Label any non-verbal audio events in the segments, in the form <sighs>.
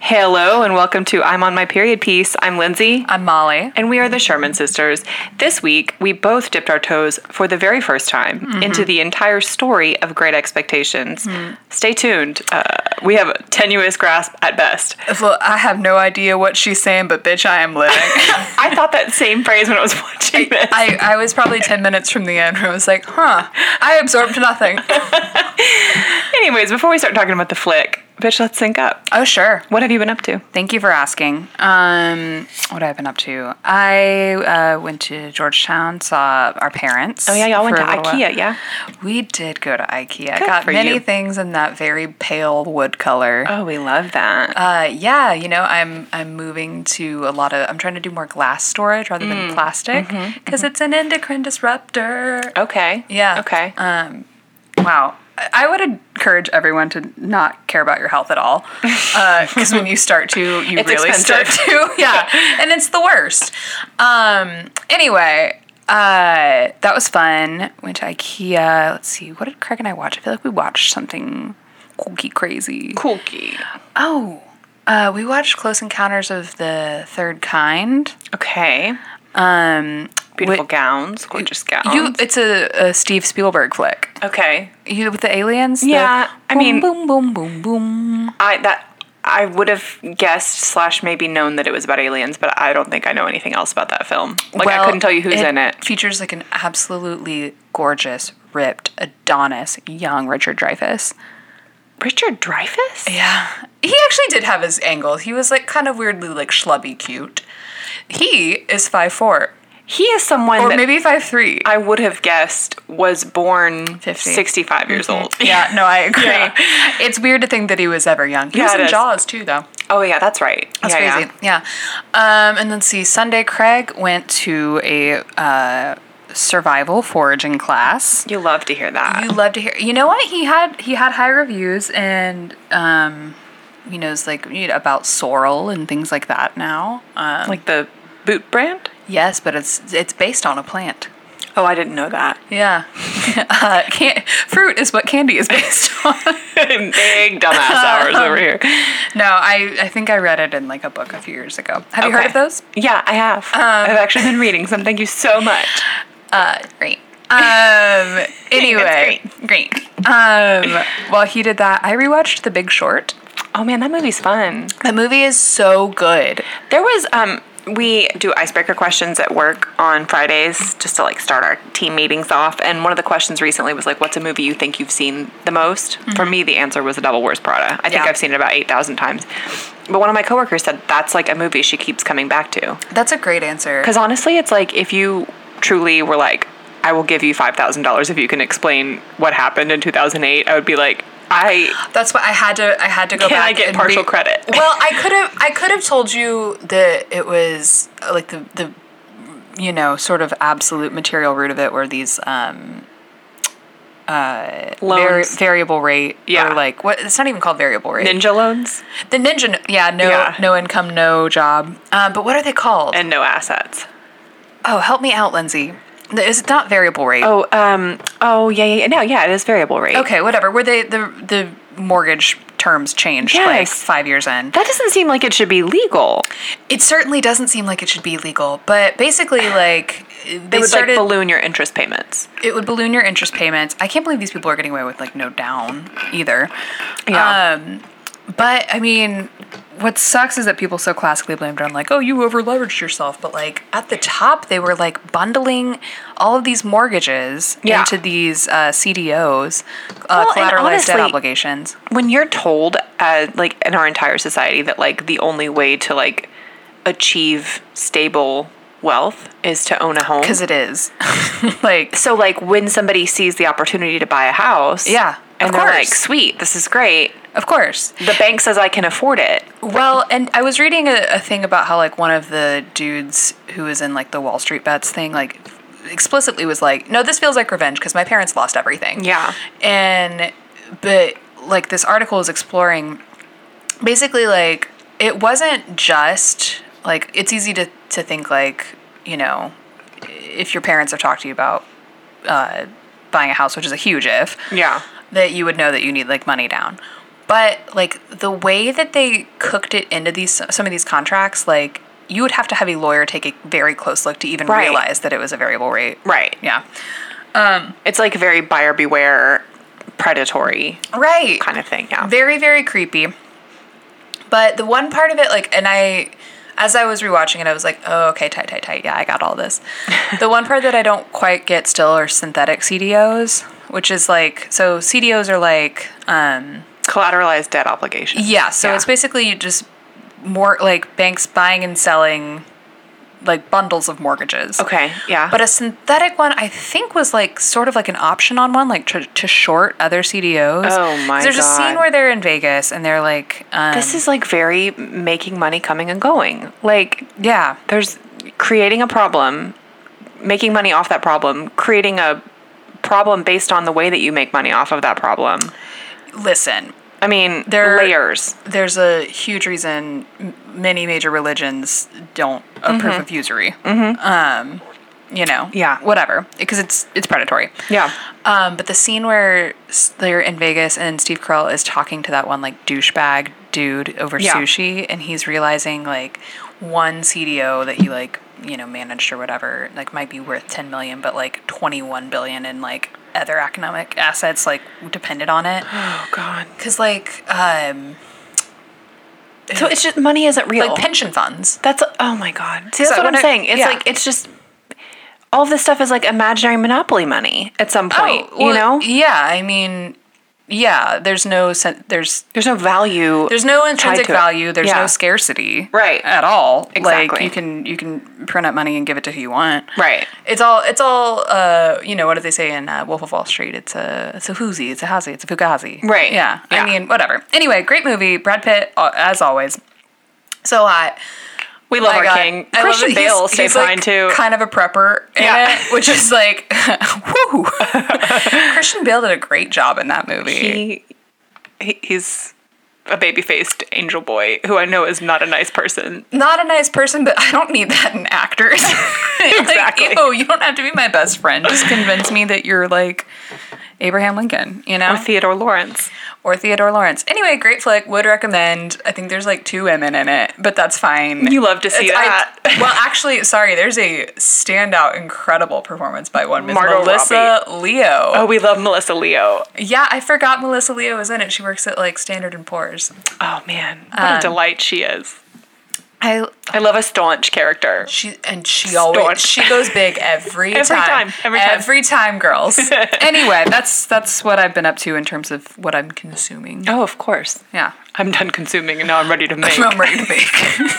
Hello and welcome to I'm on my period piece. I'm Lindsay. I'm Molly. and we are the Sherman sisters. This week, we both dipped our toes for the very first time Mm-hmm. into the entire story of Great Expectations. Mm. Stay tuned. Uh, we have a tenuous grasp at best. <laughs> Well, I have no idea what she's saying, but bitch, I am living. <laughs> I thought that same phrase when I was <laughs> watching this. I, I was probably 10 minutes from the end where I was like, huh, I absorbed nothing. Anyways, before we start talking about the flick, bitch, let's sync up. Oh, sure. What have you been up to? Thank you for asking. Um, what I've been up to? I uh, went to Georgetown, saw our parents. Oh, yeah, y'all went for to a little while. IKEA, yeah? We did go to IKEA. Good Got for many you. things in that very pale wood color. Oh, we love that. Uh, yeah, you know, I'm I'm moving to a lot of I'm trying to do more glass storage rather Mm. than plastic because Mm-hmm. it's an endocrine disruptor. okay. Yeah. Um, Okay. Wow. I- I would encourage everyone to not care about your health at <laughs> all, because when you start to, you It's really expensive. start to, <laughs> yeah, and it's the worst. Um, anyway, uh, that was fun. Went to IKEA. Let's see, what did Craig and I watch? I feel like we watched something kooky crazy. Cookie. Oh, uh, we watched Close Encounters of the Third Kind. Okay. Um, Beautiful wi- gowns, gorgeous gowns. You, it's a, a Steve Spielberg flick. okay. You with the aliens? the Yeah, I boom, mean- boom, boom, boom, boom. I that I would have guessed slash maybe known that it was about aliens, but I don't think I know anything else about that film. Like I Well, couldn't tell you who's in it. Features like an absolutely gorgeous, ripped Adonis, young Richard Dreyfuss. Richard Dreyfuss? Yeah, he actually did have his angles. He was like kind of weirdly like schlubby cute. He is five four, He is someone or that maybe five three. I would have guessed was born 50. 65 years Mm-hmm. old. <laughs> Yeah, no, I agree. Yeah. It's weird to think that he was ever young. He Yeah, was it in is. Jaws too, though. Oh yeah, that's right. That's yeah, crazy. Yeah. Um, and then see, Sunday Craig went to a uh, survival foraging class. Yeah. You love to hear that. You love to hear. You know what he had? He had high reviews and. Um, you know, it's like you know, about sorrel and things like that now. Um, like the boot brand? yes, but it's it's based on a plant. Oh, I didn't know <laughs> that. Yeah, uh, can- fruit is what candy is based <laughs> on. Big dumbass hours over <laughs> here. No, I, I think I read it in like a book a few years ago. Have you heard Okay. of those? Um, Yeah, I have. I've actually been reading some. Thank you so <gasps> much. Uh, great. Um, <laughs> anyway, great. Um, while he did that, I rewatched The Big Short. Oh man, that movie's fun. That movie is so good. There was um we do icebreaker questions at work on Fridays just to like start our team meetings off. And one of the questions recently was like, "What's a movie you think you've seen the most?" For me, the answer was The Devil Wears Prada. I think Yeah. I've seen it about eight thousand times. But one of my coworkers said that's like a movie she keeps coming back to. That's a great answer. Because honestly, it's like if you truly were like, "I will give you five thousand dollars if you can explain what happened in two thousand eight, I would be like, "I That's why I had to I had to go Can I back. get and partial re- <laughs> credit? Well, I could have I could have told you that it was uh, like the the you know sort of absolute material root of it were these um vari- loans, variable rate Yeah. or like what it's not even called variable rate ninja loans, The ninja, no- yeah, no, Yeah. no income, no job. Um, but what are they called? and no assets." oh, help me out, Lindsay. The- Is it not variable rate? Oh, um, oh, yeah, yeah, yeah. No, yeah, it is variable rate. okay, whatever. Were they the the mortgage terms changed like Yes. five years in? That doesn't seem like it should be legal. It certainly doesn't seem like it should be legal, but basically, like It they would started, like balloon your interest payments. it would balloon your interest payments. I can't believe these people are getting away with like no down either. Yeah. Um, but I mean, what sucks is that people so classically blamed it on like, oh, you over leveraged yourself. But like at the top, they were like bundling all of these mortgages Yeah. into these uh, CDOs, uh, Well, and collateralized debt honestly- obligations. When you're told, uh, like in our entire society, that like the only way to like achieve stable wealth is to own a home. Because it is <laughs> like So like when somebody sees the opportunity to buy a house, Yeah, and of they're course. like, "Sweet, this is great." of course. The bank says I can afford it. Well, and I was reading a, a thing about how like one of the dudes who was in like the Wall Street bets thing like explicitly was like, "No, this feels like revenge because my parents lost everything." Yeah. And but like this article is exploring basically like it wasn't just like it's easy to to think like, you know, if your parents have talked to you about uh, buying a house, which is a huge if Yeah. that you would know that you need like money down. But like the way that they cooked it into these some of these contracts, like you would have to have a lawyer take a very close look to even Right. realize that it was a variable rate. Right. Yeah. It's like very buyer beware, predatory Right. kind of thing. Yeah. Very, very creepy. But the one part of it, like, and I, as I was rewatching it, I was like, oh, okay, tight, tight, tight. Yeah, I got all this. the one part that I don't quite get still are synthetic CDOs, which is like, so CDOs are like, um, Collateralized debt obligation. yeah, so it's basically you just more like banks buying and selling like bundles of mortgages. Okay. Yeah. But a synthetic one, I think, was like sort of like an option on one, like to, to short other CDOs. Oh my There's a scene God. where they're in Vegas and they're like, um, this is like very making money coming and going. Like yeah, there's creating a problem, making money off that problem, creating a problem based on the way that you make money off of that problem. listen, I mean, There- layers. there's a huge reason m- many major religions don't approve of usury. Um, you know, Mm-hmm. Yeah. whatever, because it's it's predatory. Yeah. Um, but the scene where s- they're in Vegas and Steve Carell is talking to that one like douchebag dude over Yeah. sushi, and he's realizing like one CDO that he like you know managed or whatever like might be worth ten million, but like twenty one billion in like other economic assets like depended <gasps> on it. Oh God. Because like um, So it's just money isn't real. like pension funds. That's oh my god. See, So that's what when I'm I- saying. It's yeah. like it's just all this stuff is like imaginary monopoly money at some point. Oh, you Oh, well, know, Yeah, I mean, yeah. There's no sen- there's there's no value. There's no intrinsic to it. value. There's Yeah. no scarcity, Right. At all. Like Exactly. you can you can print up money and give it to who you want, Right. It's all it's all uh you know what do they say in uh, Wolf of Wall Street? It's a it's a hoozy, it's a hazy, it's a fugazi, Right. Yeah. I Yeah. mean whatever. Anyway, great movie. Brad Pitt uh, as always, so hot. we love My our God. king. I love Christian it. Bale He's- stay he's, fine like, too. Kind of a prepper in Yeah. it, which is like, <laughs> <laughs> whoo. Christian Bale did a great job in that He, movie. he he's a baby faced angel boy who I know is not a nice person. not a nice person, but I don't need that in actors. <laughs> Exactly. Like, ew, you don't have to be my best friend. Just convince me that you're like Abraham Lincoln, you know? <laughs> Or, Theodore Lawrence. Theodore Lawrence. Anyway, great flick. Would recommend. I think there's like two women in it, but that's fine. You love to see I- that. <laughs> well, actually, sorry. There's a standout, incredible performance by one Miss Margot Melissa Leo. Oh, we love Melissa Leo. Yeah, I forgot Melissa Leo was in it. She works at like Standard and Poor's. Oh man, what a delight she is. I I love a staunch character. She and she always Staunch. she goes big <laughs> every, Every time. time, every time. Every time, <laughs> girls. anyway, that's that's what I've been up to in terms of what I'm consuming. Oh, of course. Yeah. I'm done consuming and now I'm ready <laughs> to make. I'm ready to make. <laughs>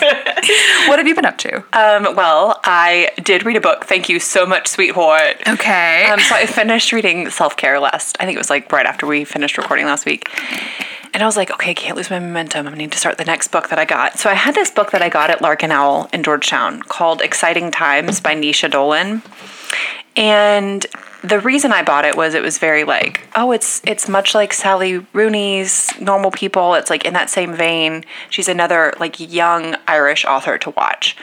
what have you been up to? Um, well, I did read a book. Thank you so much, sweetheart. okay. Um, so I finished reading Self Care last. I think it was like right after we finished recording last week. And I was like, okay, I can't lose my momentum. I need to start the next book that I got. So I had this book that I got at Larkin Owl in Georgetown called Exciting Times by Nisha Dolan. And the reason I bought it was it was very like, oh, it's it's much like Sally Rooney's Normal People. It's like in that same vein. She's another like young Irish author to watch.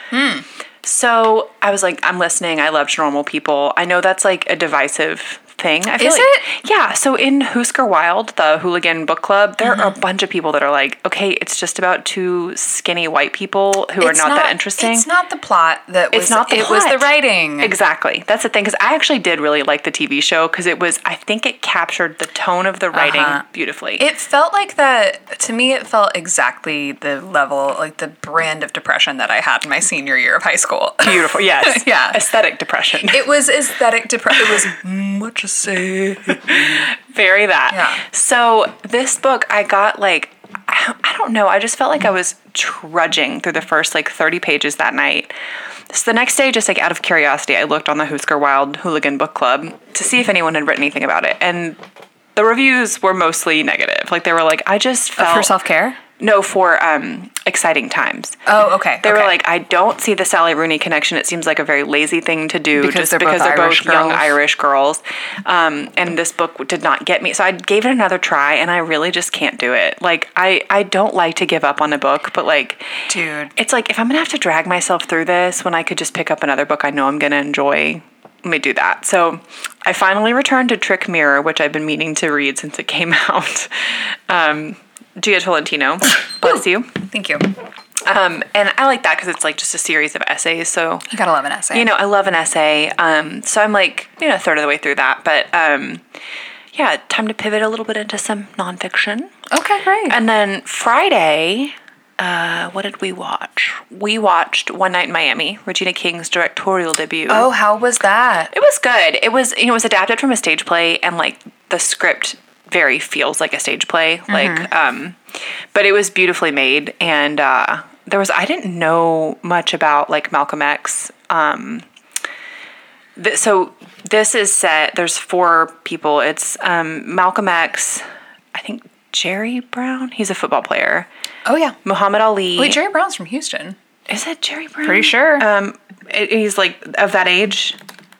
So I was like, I'm listening. I loved normal people. I know that's like a divisive thing. I feel Is like, it? Yeah. So in Husker Wild, the hooligan book club, there Mm-hmm. are a bunch of people that are like, okay, it's just about two skinny white people who It's are not, that interesting. It's not the plot that was. It's not the it was the plot. writing. Exactly. That's the thing. Because I actually did really like the TV show because it was, I think it captured the tone of the writing Uh-huh. beautifully. It felt like that to me. It felt exactly the level, like the brand of depression that I had in my senior year of high school. beautiful. Yes. <laughs> Yeah. Aesthetic depression. It was aesthetic depression. It was mm, what you say. Very that. Yeah. So this book, I got like, I don't- I don't know. I just felt like I was trudging through the first like 30 pages that night. So the next day, just like out of curiosity, I looked on the Husker Wild Hooligan Book Club to see if anyone had written anything about it. And the reviews were mostly negative. Like they were like, I just felt For self care? no for um, exciting times. Oh, okay. They okay. were like, I don't see the Sally Rooney connection. It seems like a very lazy thing to do Because just they're both because they're Irish both young girls. Irish girls. Um, and this book did not get me. So I gave it another try and I really just can't do it. Like, I, I don't like to give up on a book, but like, dude. eh, it's like if I'm gonna have to drag myself through this when I could just pick up another book I know I'm gonna enjoy, let me do that. So I <laughs> finally returned to Trick Mirror, which I've been meaning to read since it came out. Um, Gia <coughs> Tolentino. Bless you. Thank you. Um, and I like that because it's like just a series of essays. So You gotta love an essay. you know, I love an essay. Um, so I'm like, you know, a third of the way through that. But um, yeah, time to pivot a little bit into some nonfiction. Okay, great. And then Friday, uh, what did we watch? We watched One Night in Miami, Regina King's directorial debut. oh, how was that? It was good. It was you know, it was adapted from a stage play and like the script very feels like a stage play. Mm-hmm. Like um but it was beautifully made and uh there was I didn't know much about like Malcolm X. Um th- so this is set there's four people. It's um Malcolm X, I think Jerry Brown, he's a football player. Oh yeah. Muhammad Ali. Wait, Jerry Brown's from Houston. Uh, is that Jerry Brown? Pretty sure. Um it- he's like of that age.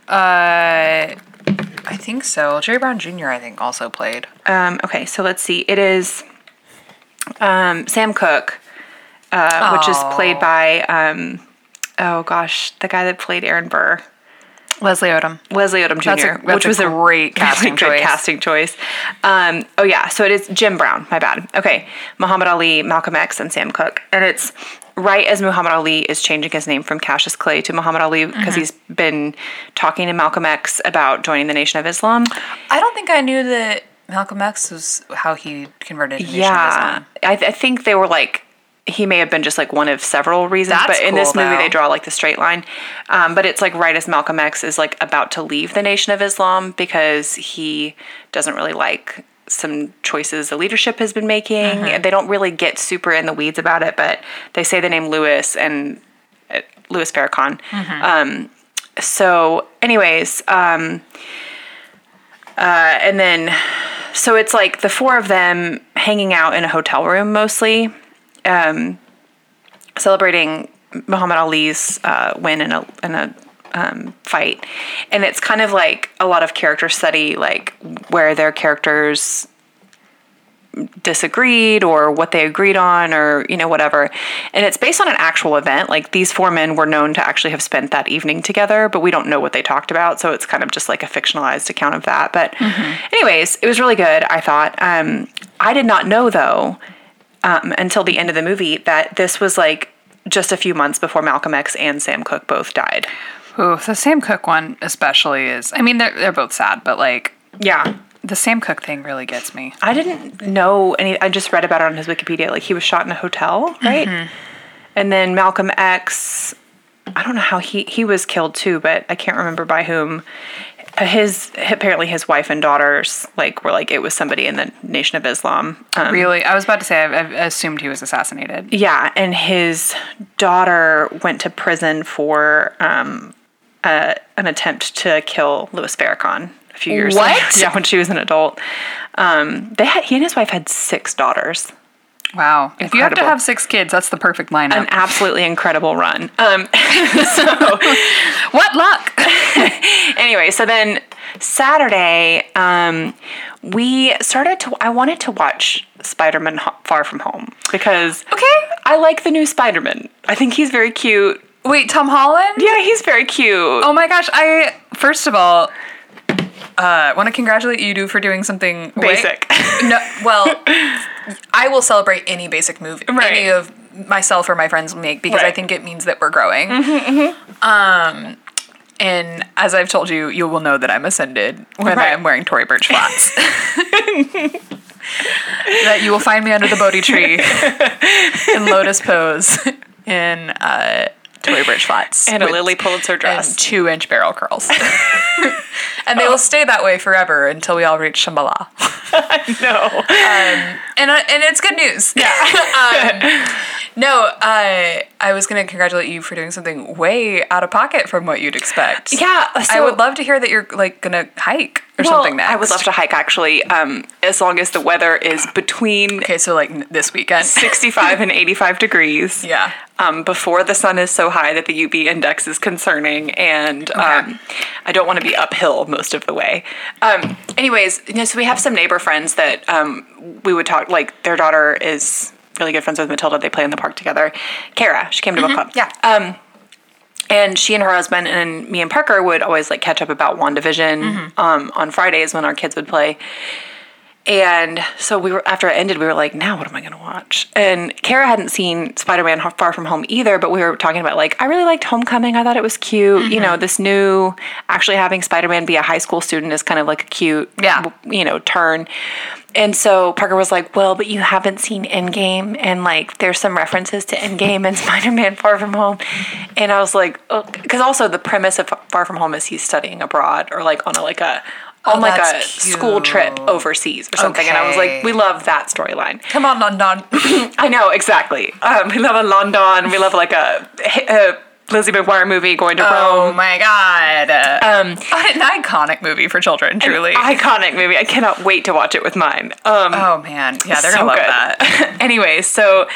Uh, I think so. Jerry Brown Jr. I think also played. Um, okay, so let's see. It is um, Sam Cooke, uh, which is played by um, oh gosh, the guy that played Aaron Burr, Leslie Odom. Leslie Odom Jr., That's a- that's which a was a great <laughs> casting really good choice. casting choice. Um, oh yeah, so it is Jim Brown. My bad. Okay, Muhammad Ali, Malcolm X, and Sam Cooke, and it's right as Muhammad Ali is changing his name from Cassius Clay to Muhammad Ali Mm-hmm. because he's been talking to Malcolm X about joining the Nation of Islam. I don't think I knew that Malcolm X was how he converted to Nation of Islam. I, th- I think they were like he may have been just like one of several reasons, That's but in this cool, movie though. they draw like the straight line. Um, but it's like right as Malcolm X is like about to leave the Nation of Islam because he doesn't really like some choices the leadership has been making. Mm-hmm. They don't really get super in the weeds about it, but they say the name Lewis and uh, Louis Farrakhan. Mm-hmm. Um, so, anyways, um, uh, and then so it's like the four of them hanging out in a hotel room mostly, um, celebrating Muhammad Ali's uh, win in a in a um, fight, and it's kind of like a lot of character study, like where their characters disagreed or what they agreed on or you know whatever and it's based on an actual event like these four men were known to actually have spent that evening together but we don't know what they talked about so it's kind of just like a fictionalized account of that but anyways it was really good i thought um, i did not know though um, until the end of the movie that this was like just a few months before malcolm x and sam cooke both died Oh, the Sam Cook one especially is. I mean, they're they're both sad, but like yeah the Sam Cook thing really gets me. I didn't know any. I just read about it on his Wikipedia. Like he was shot in a hotel, right? And then Malcolm X. I don't know how he he was killed too, but I can't remember by whom. His apparently his wife and daughters like were like it was somebody in the Nation of Islam. Um, Really, I was about to say I, I assumed he was assassinated. yeah, and his daughter went to prison for um, uh, an attempt to kill Louis Farrakhan a few years What? later. <laughs> Yeah, when she was an adult. Um, they had he and his wife had six daughters. Wow, if you have to Incredible. have six kids, that's the perfect lineup. an absolutely incredible run. Um, what luck? anyway, so then Saturday, um, we started to. I wanted to watch Spider Man Far From Home because Okay. I like the new Spider Man. I think he's very cute. Wait, Tom Holland? Yeah, he's very cute. Oh my gosh, I first of all uh, want to congratulate you do for doing something way- Basic. <laughs> no, well, I will celebrate any basic move Right. any of myself or my friends make because I Right. Mm-hmm, think it means that we're growing. Um, and as I've told you, you will know that I'm ascended when Right. I am wearing Tory <laughs> Burch flats. that you will find me under the <laughs> Bodhi tree in lotus pose in uh, Tory Burch flats and a with- Lily Pulitzer and dress. two inch barrel <laughs> curls. and they will stay that way forever until we all reach Shambhala. <laughs> No. And, uh, and it's good news. <laughs> Yeah. um, no, uh, I was going to congratulate you for doing something way out of pocket from what you'd expect. Yeah, I so- would love to hear that you're like going to hike or Well, something next. I would love to hike actually, um, as long as the weather is between Okay, so like n- this weekend. 65 and 85 degrees. <laughs> Yeah. um, before the sun is so high that the UV index is concerning, and um, I don't want to be uphill most of the way. Um, anyways, you know, so we have some neighbor friends that um, we would talk. Like their daughter is really good friends with Matilda. They play in the park together. Kara, she came to book club. Mm-hmm. Yeah. Um, and she and her husband and me and Parker would always like catch up about WandaVision um, on Fridays when our kids would play. And so we were after it ended, we were like, now what am I going to watch? And Kara hadn't seen Spider Man Far From Home either, but we were talking about like I really liked Homecoming. I thought it was cute. You Mm-hmm. know, this new actually having Spider Man be a high school student is kind of like a cute, Yeah. you know, turn. And so Parker was like, well, but you haven't seen Endgame, and like there's some references to Endgame and <laughs> Spider Man Far From Home. And I was like, because also the premise of Far From Home is he's studying abroad or like on a like a on like a Oh, that's school trip cute. overseas or something. And I was like, Okay. we love that storyline. Come on, London. I know, exactly. Um, we love a London. We love like a, a Lizzie McGuire movie going to oh Rome. my god. <laughs> Um, An iconic movie for children, truly. Iconic movie. I cannot wait to watch it with mine. Um, oh man. Yeah, they're so gonna love good. that. Anyways, so,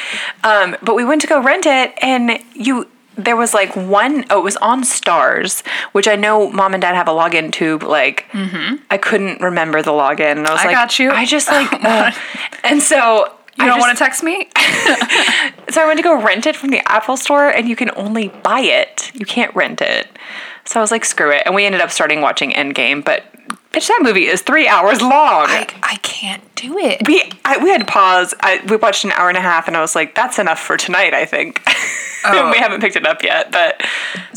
um, but we went to go rent it, and you. There was like one, oh, it was on Stars, which I know mom and dad have a login to. But like, I couldn't remember the login. And I was Mm-hmm. I like, got you. Oh I <laughs> just like, uh, and so You I don't just- want to text me? So I went to go rent it from the Apple store, and you can only buy it. You can't rent it. So I was like, screw it. And we ended up starting watching Endgame, but bitch, that movie is three hours long. I, I can't do it. we, I, we had pause. I, we watched an hour and a half, and I was like, that's enough for tonight, I think. <laughs> Oh. we haven't picked it up yet, but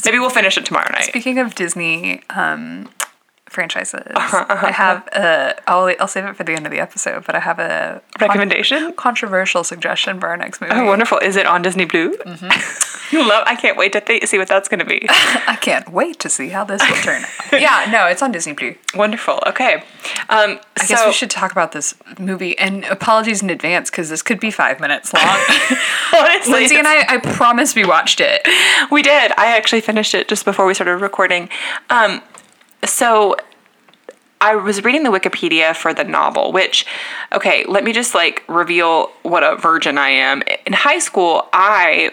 maybe we'll finish it tomorrow night. Speaking of Disney um, franchises, I have a. I'll I'll save it for the end of the episode, but I have a con- Recommendation? controversial suggestion for our next movie. Oh, wonderful. Is it on Disney Blue? Mm-hmm. <laughs> Love, I can't wait to th- see what that's going to <laughs> be. I can't wait to see how this will turn out. <laughs> yeah, no, it's on Disney Blue. wonderful. Okay. Um, I guess we should talk about this movie, and apologies in advance because this could be five minutes long. <laughs> honestly, Lindsay and I, I promise we watched it. <laughs> We did. I actually finished it just before we started recording. Um, so I was reading the Wikipedia for the novel, which, okay, let me just like reveal what a virgin I am. In high school, I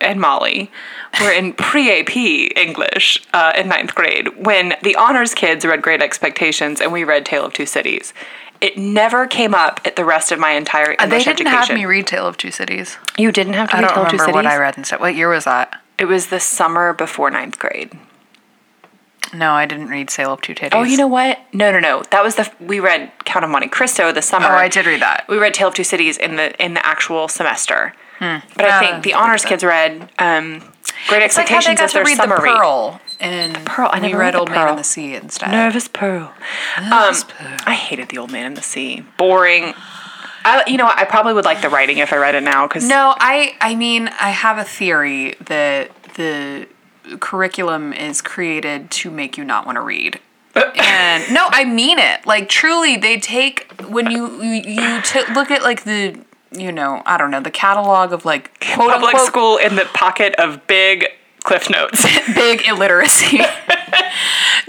and Molly were in pre AP English uh, in ninth grade when the honors kids read Great Expectations and we read Tale of Two Cities. It never came up at the rest of my entire English They didn't education. have me read Tale of Two Cities. you didn't have to I read don't Tale of Two remember Cities. what I read and stuff. What year was that? It was the summer before ninth grade. No, I didn't read Tale of Two Cities. Oh, you know what? No, no, no. That was the we read Count of Monte Cristo the summer. Oh, I did read that. We read Tale of Two Cities in the in the actual semester. But I Hmm. Yeah, think the I think honors so. kids read um, Great It's like how Expectations they got as to their read summer the read. Pearl, and the Pearl. I we never read read The Old Man Pearl. and the Sea instead. Nervous Pearl. Nervous um, Pearl. I hated the Old Man and the Sea. Boring. I, you know, what? I probably would like the writing if I read it now because No, I I mean I have a theory that the curriculum is created to make you not want to <laughs> read. and no, I mean it. Like truly, they take when you you, you t- look at like the you know I don't know the catalog of like quote public unquote school in the pocket of big cliff <laughs> notes. big illiteracy. no,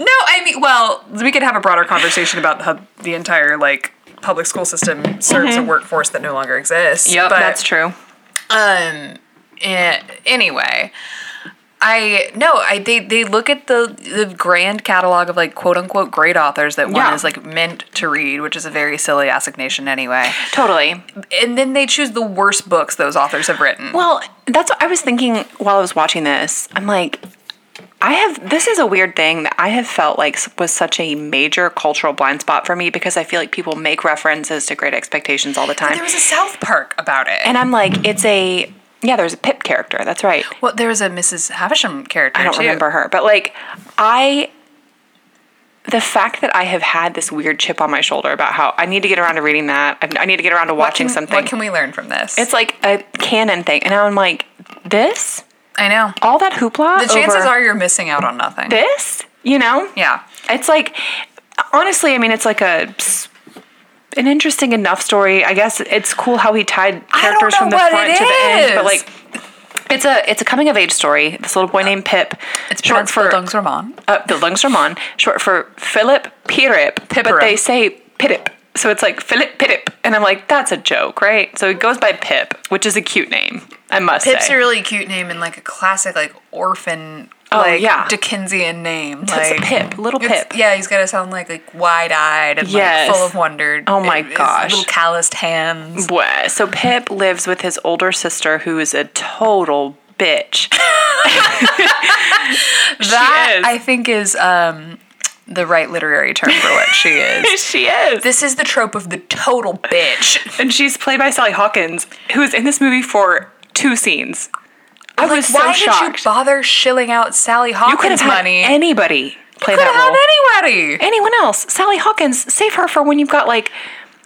I mean, well, we could have a broader conversation about how the entire like public school system serves a workforce that no longer exists. yep, but, that's true. Um, eh, anyway. I no, I they, they look at the the grand catalog of like quote unquote great authors that one Yeah. is like meant to read, which is a very silly assignation anyway. Totally. And then they choose the worst books those authors have written. Well, that's what I was thinking while I was watching this. I'm like, I have this is a weird thing that I have felt like s- was such a major cultural blind spot for me because I feel like people make references to Great Expectations all the time, there was a South Park about it. and I'm like, it's a yeah, there's a Pip character. That's right. Well, there was a Mrs. Havisham character. I don't too. remember her, but like I. The fact that I have had this weird chip on my shoulder about how I need to get around to reading that, I- I need to get around to What watching can- something. What can we learn from this? it's like a canon thing, and now I'm like, this, I know. all that hoopla. The chances over- are you're missing out on nothing. this, you know? yeah. It's like, honestly, I mean, it's like a an interesting enough story. I guess it's cool how he tied don't characters from know the what front it to the end, but is. like. It's a it's a coming of age story. This little boy named Pip. It's short for Dungs Roman. uh, the Lungstroman, short for Philip Pirip, but Piperum. they say Pirip. So it's like Philip Pirip, and I'm like, that's a joke, right? So he goes by Pip, which is a cute name, I must Pip's say. a really cute name and like a classic like orphan like yeah. Dickensian name. It's Like a Pip, little it's- Pip. Yeah, he's gotta sound like like wide eyed and Yes. like full of wonder. Oh my His gosh. Little calloused hands. Bwah. So Pip lives with his older sister, who is a total bitch. that is. I think is um the right literary term for what <laughs> she <laughs> is. she is. this is the trope of the total bitch. and she's played by Sally Hawkins, who is in this movie for two scenes. I Like, was so why did shocked. you bother shilling out Sally You could have Hawkins' had money? anybody play could that have role. had anybody. Anyone else? Sally Hawkins, save her for when you've got like.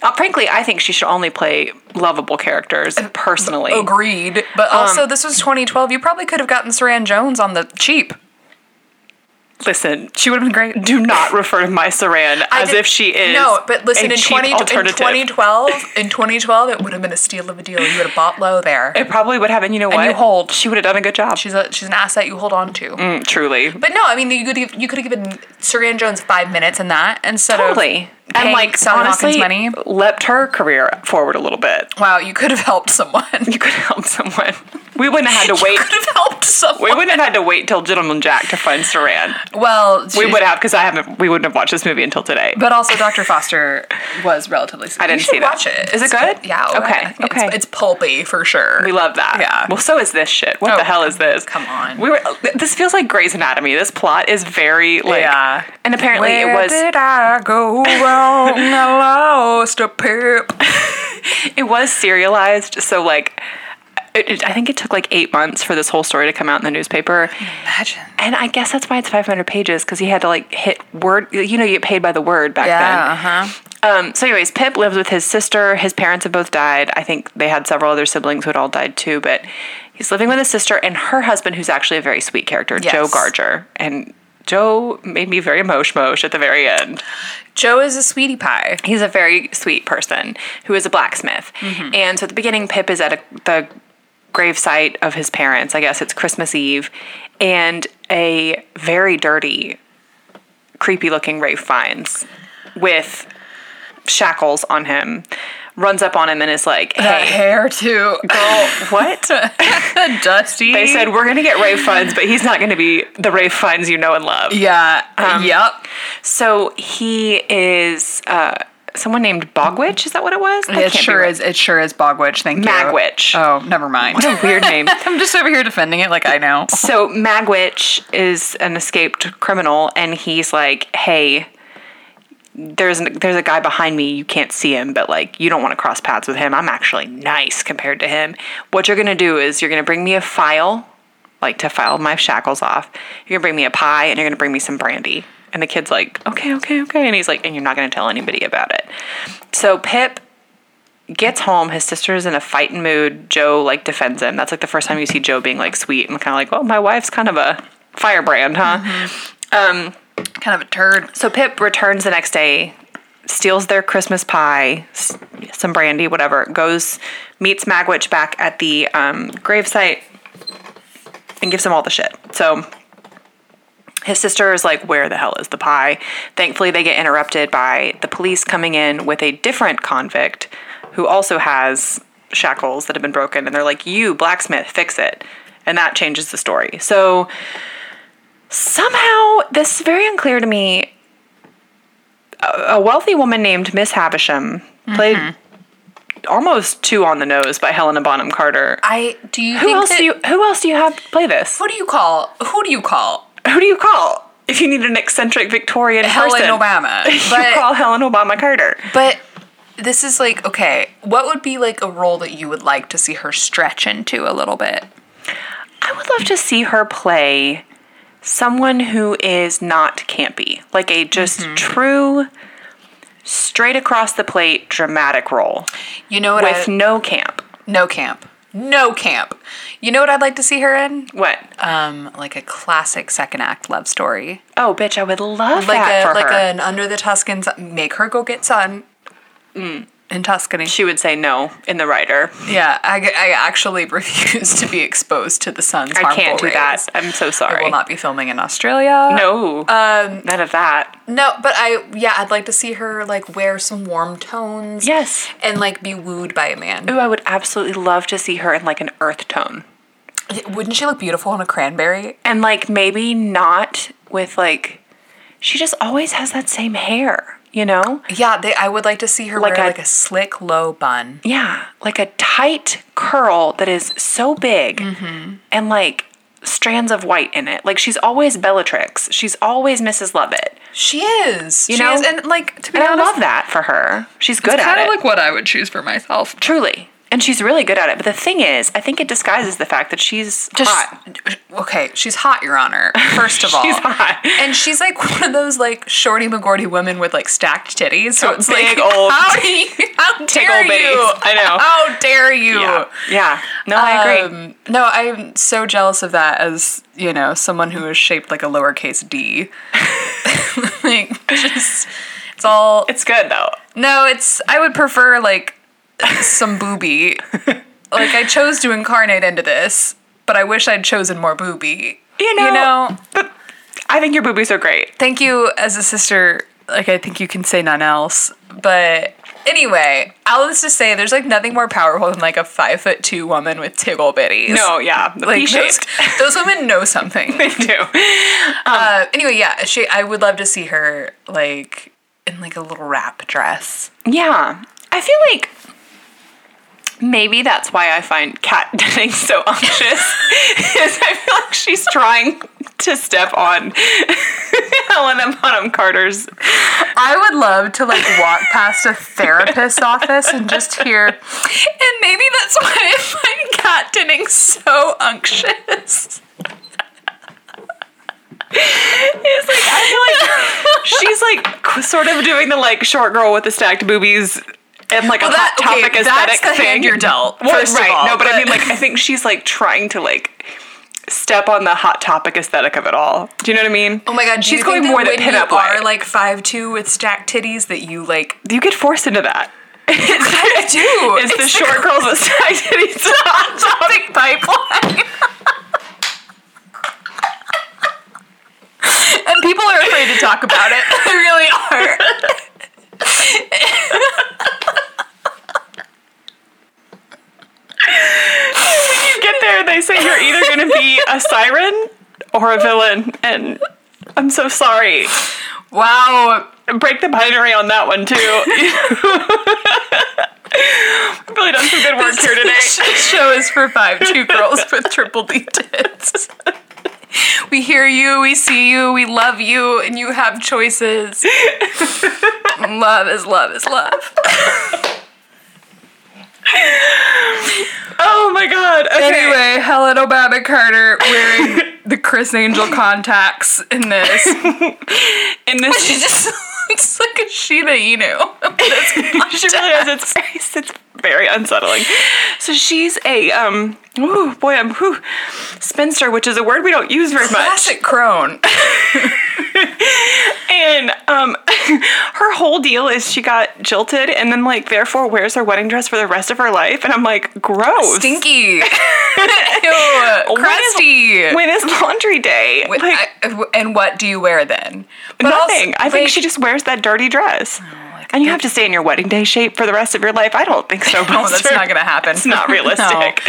Uh, frankly, I think she should only play lovable characters Uh, personally. oh, Agreed. But also, this was 2012. You probably could have gotten Saran Jones on the cheap. Listen, she would have been great. Do not refer to my Saran I as did- if she is No, but listen, a in, cheap 20, in alternative. <laughs> 2012, in 2012, it would have been a steal of a deal. You would have bought low there. it probably would have, and you know what? you hold. She would have done a good job. She's a she's an asset you hold on to. Mm, truly, But no, I mean you could give, you could have given Saran Jones five minutes in that instead totally. of paying Sally Hawkins money. leapt her career forward a little bit. <laughs> Wow, you could have helped someone. You could help someone. We wouldn't have had to <laughs> You wait. could have helped We someone. wouldn't have had to wait till Gentleman Jack to find Saran. Well, We would have because I haven't. We wouldn't have watched this movie until today. But also, Dr. Foster was relatively. I didn't you should see that. watch it. Is it It's good? fu- Yeah. Okay, I think okay. It's, it's pulpy for sure. we love that. Yeah. Well, so is this shit. What Oh, the hell is this? come on. We were. This feels like Grey's Anatomy. This plot is very like. Yeah. And apparently Where it was. did I go wrong? I lost a pip. It was serialized. So like. It, it- I think it took like eight months for this whole story to come out in the newspaper. Imagine. And I guess that's why it's 500 pages because he had to like hit word. You know, you get paid by the word back then. Yeah. Uh huh. Um, so, anyways, Pip lives with his sister. His parents have both died. I think they had several other siblings who had all died too, but he's living with his sister and her husband, who's actually a very sweet character, Yes. Joe Garger. And Joe made me very mosh mosh at the very end. Joe is a sweetie pie. He's a very sweet person who is a blacksmith. Mm-hmm. And so at the beginning, Pip is at a, the gravesite of his parents. I guess it's Christmas Eve. And a very dirty, creepy looking Rafe finds with shackles on him, runs up on him and is like, That hey, hair too. <laughs> girl, what? Dusty. They said, we're going to get Rafe Fines, but he's not going to be the Rafe Fines you know and love. Yeah. Um, yep. So he is uh, someone named Bogwitch. Is that what it was? That It can't be sure right. is. It sure is Bogwitch. Thank Magwitch. you. Oh, never <laughs> mind. What a weird name. I'm just over here defending it like I know. so Magwitch is an escaped criminal, and he's like, "Hey, there's an, there's a guy behind me. You can't see him, but like, you don't want to cross paths with him. I'm actually nice compared to him. What you're gonna do is you're gonna bring me a file, like to file my shackles off. You're gonna bring me a pie, and you're gonna bring me some brandy." And the kid's like, "Okay, okay, okay," and he's like, "And you're not gonna tell anybody about it." So Pip gets home. His sister's in a fighting mood. Joe like defends him. That's like the first time you see Joe being like sweet and kind of like, well, my wife's kind of a firebrand, huh? <laughs> Kind of a turd. So Pip returns the next day, steals their Christmas pie, s- some brandy, whatever. Goes meets Magwitch back at the um, gravesite and gives him all the shit. So his sister is like, Where the hell is the pie? Thankfully, they get interrupted by the police coming in with a different convict who also has shackles that have been broken. And they're like, You, blacksmith, fix it. And that changes the story. So somehow, this is very unclear to me. A a wealthy woman named Miss Havisham, played almost two on the nose by Helena Bonham Carter. I do you Who think else that, do you who else do you have play this? who do you call who do you call Who do you call if you need an eccentric Victorian Helen person? <laughs> Obama? you But call Helen Obama Carter. but this is like okay, what would be like a role that you would like to see her stretch into a little bit? I would love to see her play someone who is not campy, like a just Mm-hmm. true, straight across the plate dramatic role You know what? with I, no camp. no camp. No camp. You know what I'd like to see her in? What? Um, like a classic second act love story. oh, bitch! I would love like that a for like her. an under the Tuscans make her go get sun in Tuscany. Mm. she would say no in the writer. Yeah, I, I actually <laughs> refuse to be exposed to the sun's I harmful can't do rays. that. I'm so I sorry. will not Um, be filming in Australia. No, none of that. no, but I yeah, I'd like to see her like wear some warm tones. Yes. and like be wooed by a man. Ooh, I would absolutely love to see her in like an earth tone. Wouldn't she look beautiful in a cranberry? and like maybe not with like she just always has that same hair you know Yeah, they, I would like to see her Like wear a- like a slick low bun. Mm-hmm. yeah like a tight curl that is so big and like strands of white in it. Like she's always Bellatrix. She's always Mrs. Lovett. She is. You she know? is. and like to be And I honest, love that for her. She's good Kind of at it. like what I would choose for myself. Truly. And she's really good at it. But the thing is, I think it disguises the fact that she's just hot. okay. She's hot, Your Honor. First of <laughs> all, She's hot. and she's like one of those like shorty McGordy women with like stacked titties. So it's <laughs> big like old- how, do you- how dare old bitties. you? I know. How dare you? Yeah. Yeah. No, I agree. Um, no, I'm so jealous of that as, you know, someone who is shaped like a lowercase d. <laughs> like, just, it's all. It's good though. No, it's. I would prefer, like, <laughs> some booby. like, I chose to incarnate into this, but I wish I'd chosen more booby. You know- You know? I think your boobies are great. Thank you as a sister. Like, I think you can say none else. But. Anyway, all this to say, there's like nothing more powerful than like a five foot two woman with tiggle bitties. No, yeah. <laughs> like those, P-shaped. those women know something. <laughs> They do. uh, anyway, yeah, she. I would love to see her like in like a little wrap dress. <laughs> Yeah. I feel like maybe that's why I find Kat <laughs> Dennings so anxious. <laughs> is I feel like she's trying to step on <laughs> Helena Bonham Carter's I would love to like walk past a therapist's office and just hear. <laughs> And maybe that's why <laughs> I find Kat Dennings so unctuous. It's like I feel like she's like qu- sort of doing the like short girl with the stacked boobies and like a Well, that- hot topic okay, that's aesthetic the thing. hand you're dealt, Well, first of right? all, no, but, I mean but- like I think she's like trying to like step on the hot topic aesthetic of it all. Do you know what I mean? Oh my god, do she's you going think more that the when you pinup are way. like five two with stacked titties that you like you get forced into that. <laughs> I do. It's, the short girls with stacked <laughs> titties to hot topic pipeline. and people are afraid <laughs> to talk <laughs> about it. They really are. You get there, they say you're either going to be a siren or a villain, and I'm so sorry. <laughs> Wow. break the binary on that one too. <laughs> We've really done some good work here today. <laughs> This show is for five two girls with triple D tits. We hear you, we see you, we love you, and you have choices. love is love is love. <laughs> Oh my god. Okay. Anyway, Helen Obama Carter wearing the Chris Angel contacts in <laughs> this. in this, <laughs> She just looks like a Shiba Inu. <laughs> she really does. It's very, <laughs> it's very unsettling. So she's a um. Ooh, boy, I'm whew, spinster, which is a word we don't use very <laughs> much. Classic crone. And um, <laughs> her whole deal is she got jilted, and then like therefore wears her wedding dress for the rest of her life. And I'm like, gross. <laughs> Stinky. Ew. Crusty. When is laundry day? Wait, like I- w- and what do you wear then? But also, Nothing. I think like, she just wears that dirty dress. like, and you have to stay in your wedding day shape for the rest of your life. I don't think <laughs> so. <laughs> No, that's Buster. not gonna happen. It's <laughs> not realistic.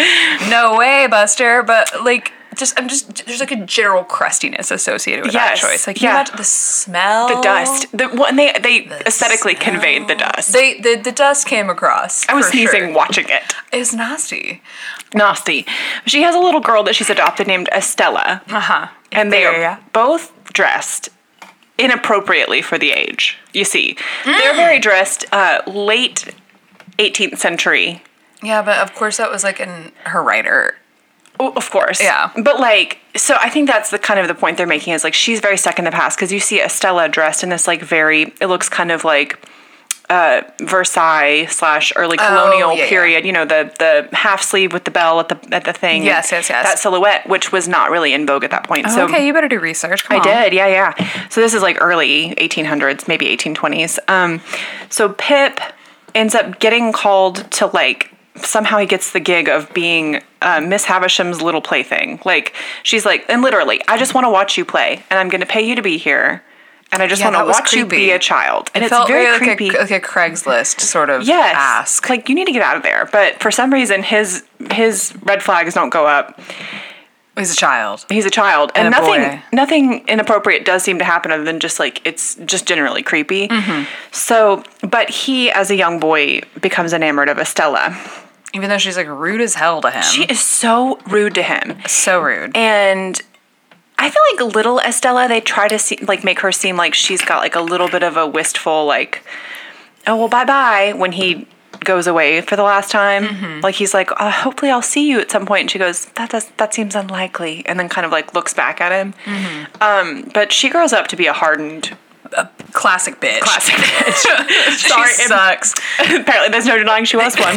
no. No way, Buster. But like, just I'm just there's like a general crustiness associated with Yes, that choice. Like, yeah. you got the smell, The dust. The well, and they they aesthetically conveyed the dust. They the, the dust came across. I was for sure. sneezing watching it. It was nasty. Nasty. She has a little girl that she's adopted named Estella, Uh huh. Uh-huh. and they are yeah. both dressed inappropriately for the age. You see, they're very dressed uh, late 18th century Yeah, but of course that was like in her writer. Oh, of course. Yeah. But like, so I think that's the kind of the point they're making is like she's very stuck in the past because you see Estella dressed in this like very it looks kind of like uh Versailles slash early colonial Oh, yeah, yeah. period. You know the the half sleeve with the bell at the at the thing. Yes, yes, yes. That silhouette, which was not really in vogue at that point. so okay, you better do research. Come I on. did, yeah, yeah. So this is like early 1800s, maybe 1820s. Um, so Pip ends up getting called to like somehow he gets the gig of being uh, Miss Havisham's little plaything. Like she's like, and literally, I just want to watch you play, and I'm going to pay you to be here, and I just Yeah, want that to was watch you be creepy. a child, and It it's felt very very creepy. like a, like a Craigslist sort of Yes. ask. Like you need to get out of there. But for some reason his his red flags don't go up. He's a child. he's a child and, And a nothing boy. nothing inappropriate does seem to happen other than just like it's just generally Mm-hmm. creepy so but he as a young boy becomes enamored of estella Even though she's like rude as hell to him. She is so rude to him. so rude. and I feel like little Estella, they try to see, like make her seem like she's got like a little bit of a wistful like, oh well, bye bye when he goes away for the last time. Like he's like, uh, hopefully I'll see you at some point. And she goes, that does that seems unlikely, and then kind of like looks back at him. Um, but she grows up to be a hardened. <laughs> Classic bitch. Classic bitch. Sorry, she it- sucks. Apparently, there's no denying she was <laughs> one.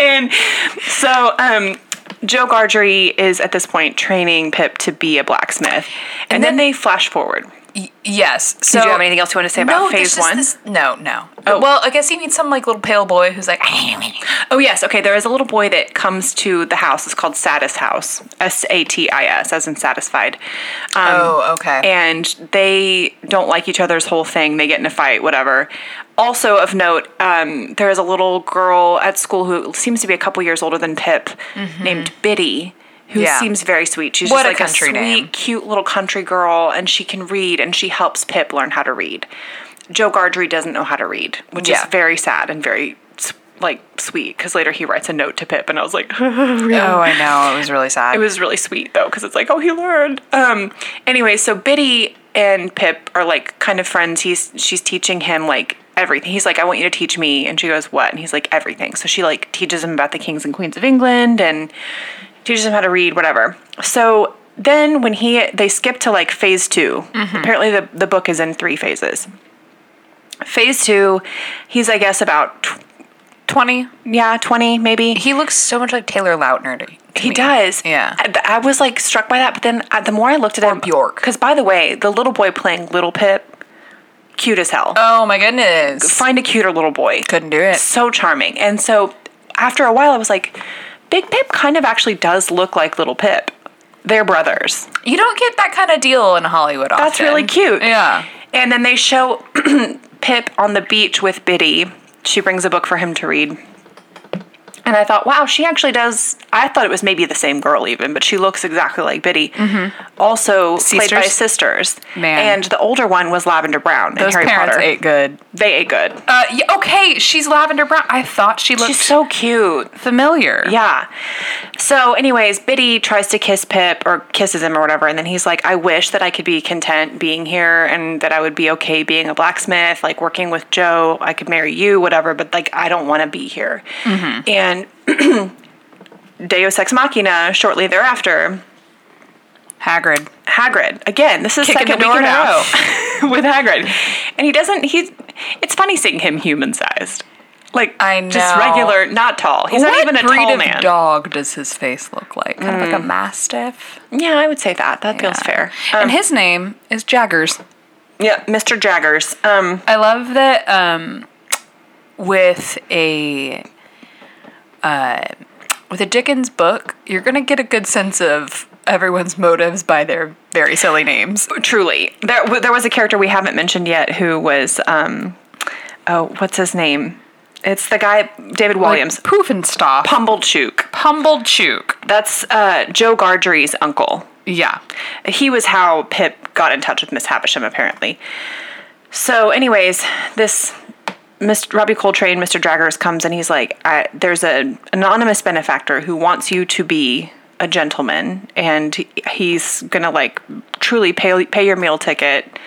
and so um, Joe Gardry is at this point training Pip to be a blacksmith, and, then, then- they flash forward. yes. So Do you have anything else you want to say about no, phase there's just one? this- no, no. Oh. Well, I guess you need some like little pale boy who's like, <laughs> Oh yes, okay. There is a little boy that comes to the house. It's called Satis House, S A T I S, as in satisfied. Um, oh, okay. and they don't like each other's whole thing. They get in a fight, whatever. Also of note, um, there is a little girl at school who seems to be a couple years older than Pip, named Biddy, who Mm-hmm. Yeah. seems very sweet. She's What just a like country a sweet, name. cute little country girl, and she can read, and she helps Pip learn how to read. Joe Gardry doesn't know how to read, which Yeah. is very sad and very s- like sweet. Because later he writes a note to Pip, and I was like, <laughs> oh, <laughs> I know. It was really sad. it was really sweet though because it's like oh he learned um anyway so biddy and pip are like kind of friends he's she's teaching him like everything he's like i want you to teach me and she goes what and he's like everything so she like teaches him about the kings and queens of england and teaches him how to read whatever so then when he they skip to like phase 2 apparently the, the book is in three phases phase two he's i guess about tw- twenty. yeah 20 maybe He looks so much like Taylor Lautner. To, to he me. does. Yeah. I, I was like struck by that, but then uh, the more I looked at him, Bjork. Because by the way, the little boy playing Little Pip, cute as hell. Oh my goodness. Find a cuter little boy. Couldn't do it. So charming. And so after a while, I was like, Big Pip kind of actually does look like Little Pip. They're brothers. You don't get that kind of deal in Hollywood often. That's really cute. Yeah. And then they show <clears throat> Pip on the beach with Biddy. She brings a book for him to read. And I thought, wow, she actually does. I thought it was maybe the same girl, even, but she looks exactly like Biddy. Also played by Mm-hmm. Sisters? sisters. Man. And the older one was Lavender Brown in Those Harry parents Potter. ate good. They ate good. Uh, yeah, okay, she's lavender brown. I thought she looked She's so cute. familiar. Yeah. So, anyways, Biddy tries to kiss Pip or kisses him or whatever, and then he's like, "I wish that I could be content being here and that I would be okay being a blacksmith, like working with Joe. I could marry you, whatever, but like I don't want to be here." Mm-hmm. And <clears throat> Deus Ex Machina. Shortly thereafter, Hagrid. Hagrid. Again, this is Kicking second the door week in a now <laughs> with Hagrid, and he doesn't. He's. It's funny seeing him human sized. Like I just know. regular, not tall. He's not what even a breed tall of man. dog does his face look like? Kind of like a mastiff. Yeah, I would say that. That feels Yeah. fair. Um, and his name is Jaggers. Yeah, Mr. Jaggers. Um, I love that um, with a uh, with a Dickens book, you're gonna get a good sense of everyone's motives by their very silly names. Oh, truly, there w- there was a character we haven't mentioned yet who was um, oh, what's his name? It's the guy David <laughs> Williams, Like Poofenstock. Pumblechook. Pumblechook. That's uh, Joe Gardry's uncle. Yeah. He was how Pip got in touch with Miss Havisham, apparently. So, anyways, this Mr. Robbie Coltrane, Mr. Draggers comes and he's like, I, "There's an anonymous benefactor who wants you to be a gentleman, and he- he's gonna like truly pay pay your meal ticket.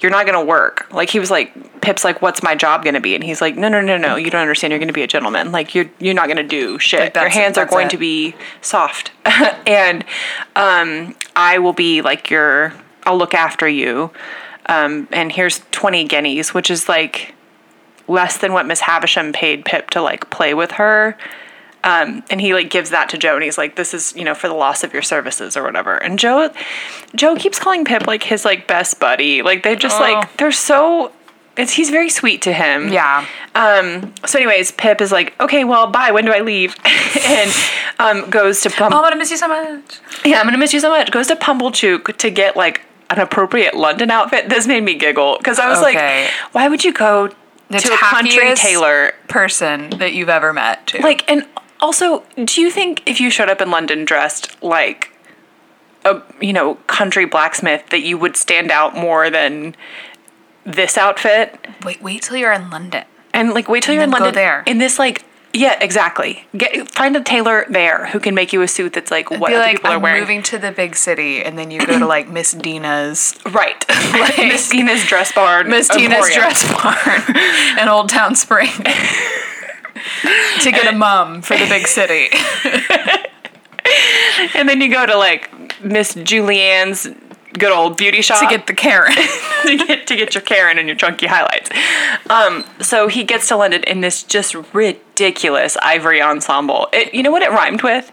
You're not gonna work." Like he was like, "Pip's like, what's my job gonna be?" And he's like, "No, no, no, no. You don't understand. You're gonna be a gentleman. Like you're you're not gonna do shit. your that's it- hands are that's going it." to be soft, <laughs> and um, I will be like your. I'll look after you." Um, and here's 20 guineas, which is like less than what Miss Havisham paid Pip to like play with her. Um, and he like gives that to Joe, and he's like, "This is you know for the loss of your services or whatever." And Joe, Joe keeps calling Pip like his like best buddy. Like they just Oh. like they're so. It's he's very sweet to him. Yeah. Um. So, anyways, Pip is like, "Okay, well, bye. When do I leave?" <laughs> and um goes to Pum- Oh, I'm gonna miss you so much. yeah, I'm gonna miss you so much. Goes to Pumblechook to get like an appropriate London outfit. This made me giggle because I was Okay. like, "Why would you go to a country tackiest- tailor Person that you've ever met. Too. Like, and also, do you think if you showed up in London dressed like a, you know, country blacksmith, that you would stand out more than this outfit? wait, wait till you're in London. And like, wait till you're in then go London there. in this like Yeah, exactly. Get find a tailor there who can make you a suit that's like what Be other like, people are I'm wearing. moving to the big city, and then you go to like Miss Dina's, <laughs> <laughs> Right, like Miss Tina's dress barn. Miss Dina's Emporium. dress barn <laughs> in Old Town Spring to get a mum for the big city. and then you go to like Miss Julianne's good old beauty shop to get the Karen. <laughs> to get to get your Karen and your chunky highlights. Um, so he gets to London in this just ridiculous ivory ensemble. It, you know what it rhymed with?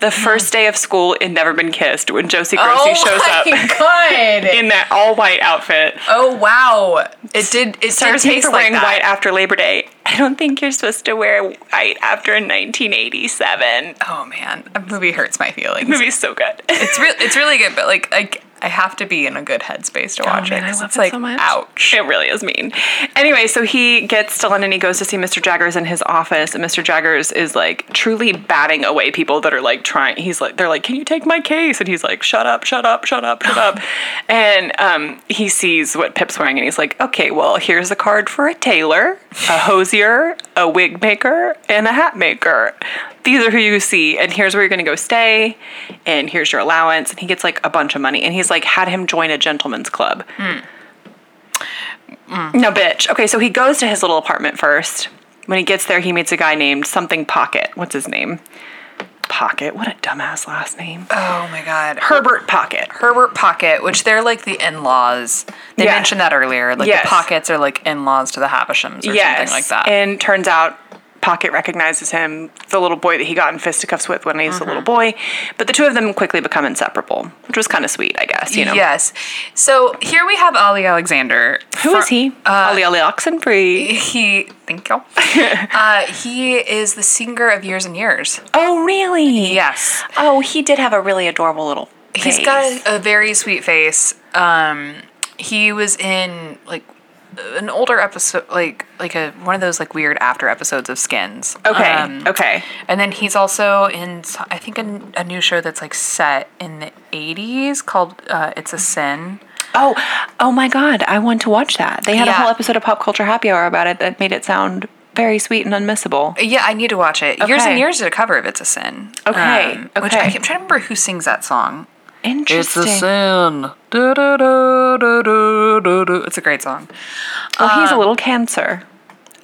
The first day of school in Never Been Kissed when Josie Grossi shows up Oh god! in that all white outfit. oh wow! It did. It did Stars taste for like wearing that. white after Labor Day. I don't think you're supposed to wear white after 1987. Oh man, that movie hurts my feelings. The movie's so good. It's real. It's really good, but like I, I have to be in a good headspace to watch it. man, I 'cause love it's it like so much. ouch. It really is mean. Anyway, so he gets to London. He goes to see Mr. Jaggers in his office, and Mr. Jaggers is like truly batting away people that are like trying. He's like, they're like, "Can you take my case?" And he's like, "Shut up, shut up, shut up, shut up." And um, he sees what Pip's wearing, and he's like, "Okay, well, here's a card for a tailor, a hosier, a wig maker, and a hat maker." These are who you see, and here's where you're gonna go stay, and here's your allowance. And he gets like a bunch of money, and he's like, had him join a gentleman's club. No, bitch. Okay, so he goes to his little apartment first. When he gets there, he meets a guy named something Pocket. What's his name? Pocket. What a dumbass last name. Oh my god. Herbert Pocket. Herbert Pocket, which they're like the in-laws. They Yeah. mentioned that earlier. Like Yes. the Pockets are like in-laws to the Havishams or yes. something like that. And turns out Pocket recognizes him, the little boy that he got in fisticuffs with when he was a Mm-hmm. little boy. But the two of them quickly become inseparable, which was kind of sweet, I guess. You know. Yes. So here we have Ali Alexander. Who is Fr- he? Ali Ali Oxenfree. uh, He, <laughs> thank you. uh, he is the singer of Years and Years. Oh, really? Yes. Oh, he did have a really adorable little. He's face. got a, a very sweet face. Um, he was in like an older episode, like like a one of those like weird after episodes of Skins. Okay. Um, okay. And then he's also in s- I think a, n- a new show that's like set in the '80s called uh, "It's a Sin." Oh, oh my God! I want to watch that. They had a Yeah. whole episode of Pop Culture Happy Hour about it that made it sound very sweet and unmissable. Yeah, I need to watch it. Years Okay. and Years did a cover of "It's a Sin." Um, Okay, Which I, okay. am trying to remember who sings that song. Interesting. sin. Du-du-du-du-du-du-du. It's a great song. Well, Oh, he's a little cancer.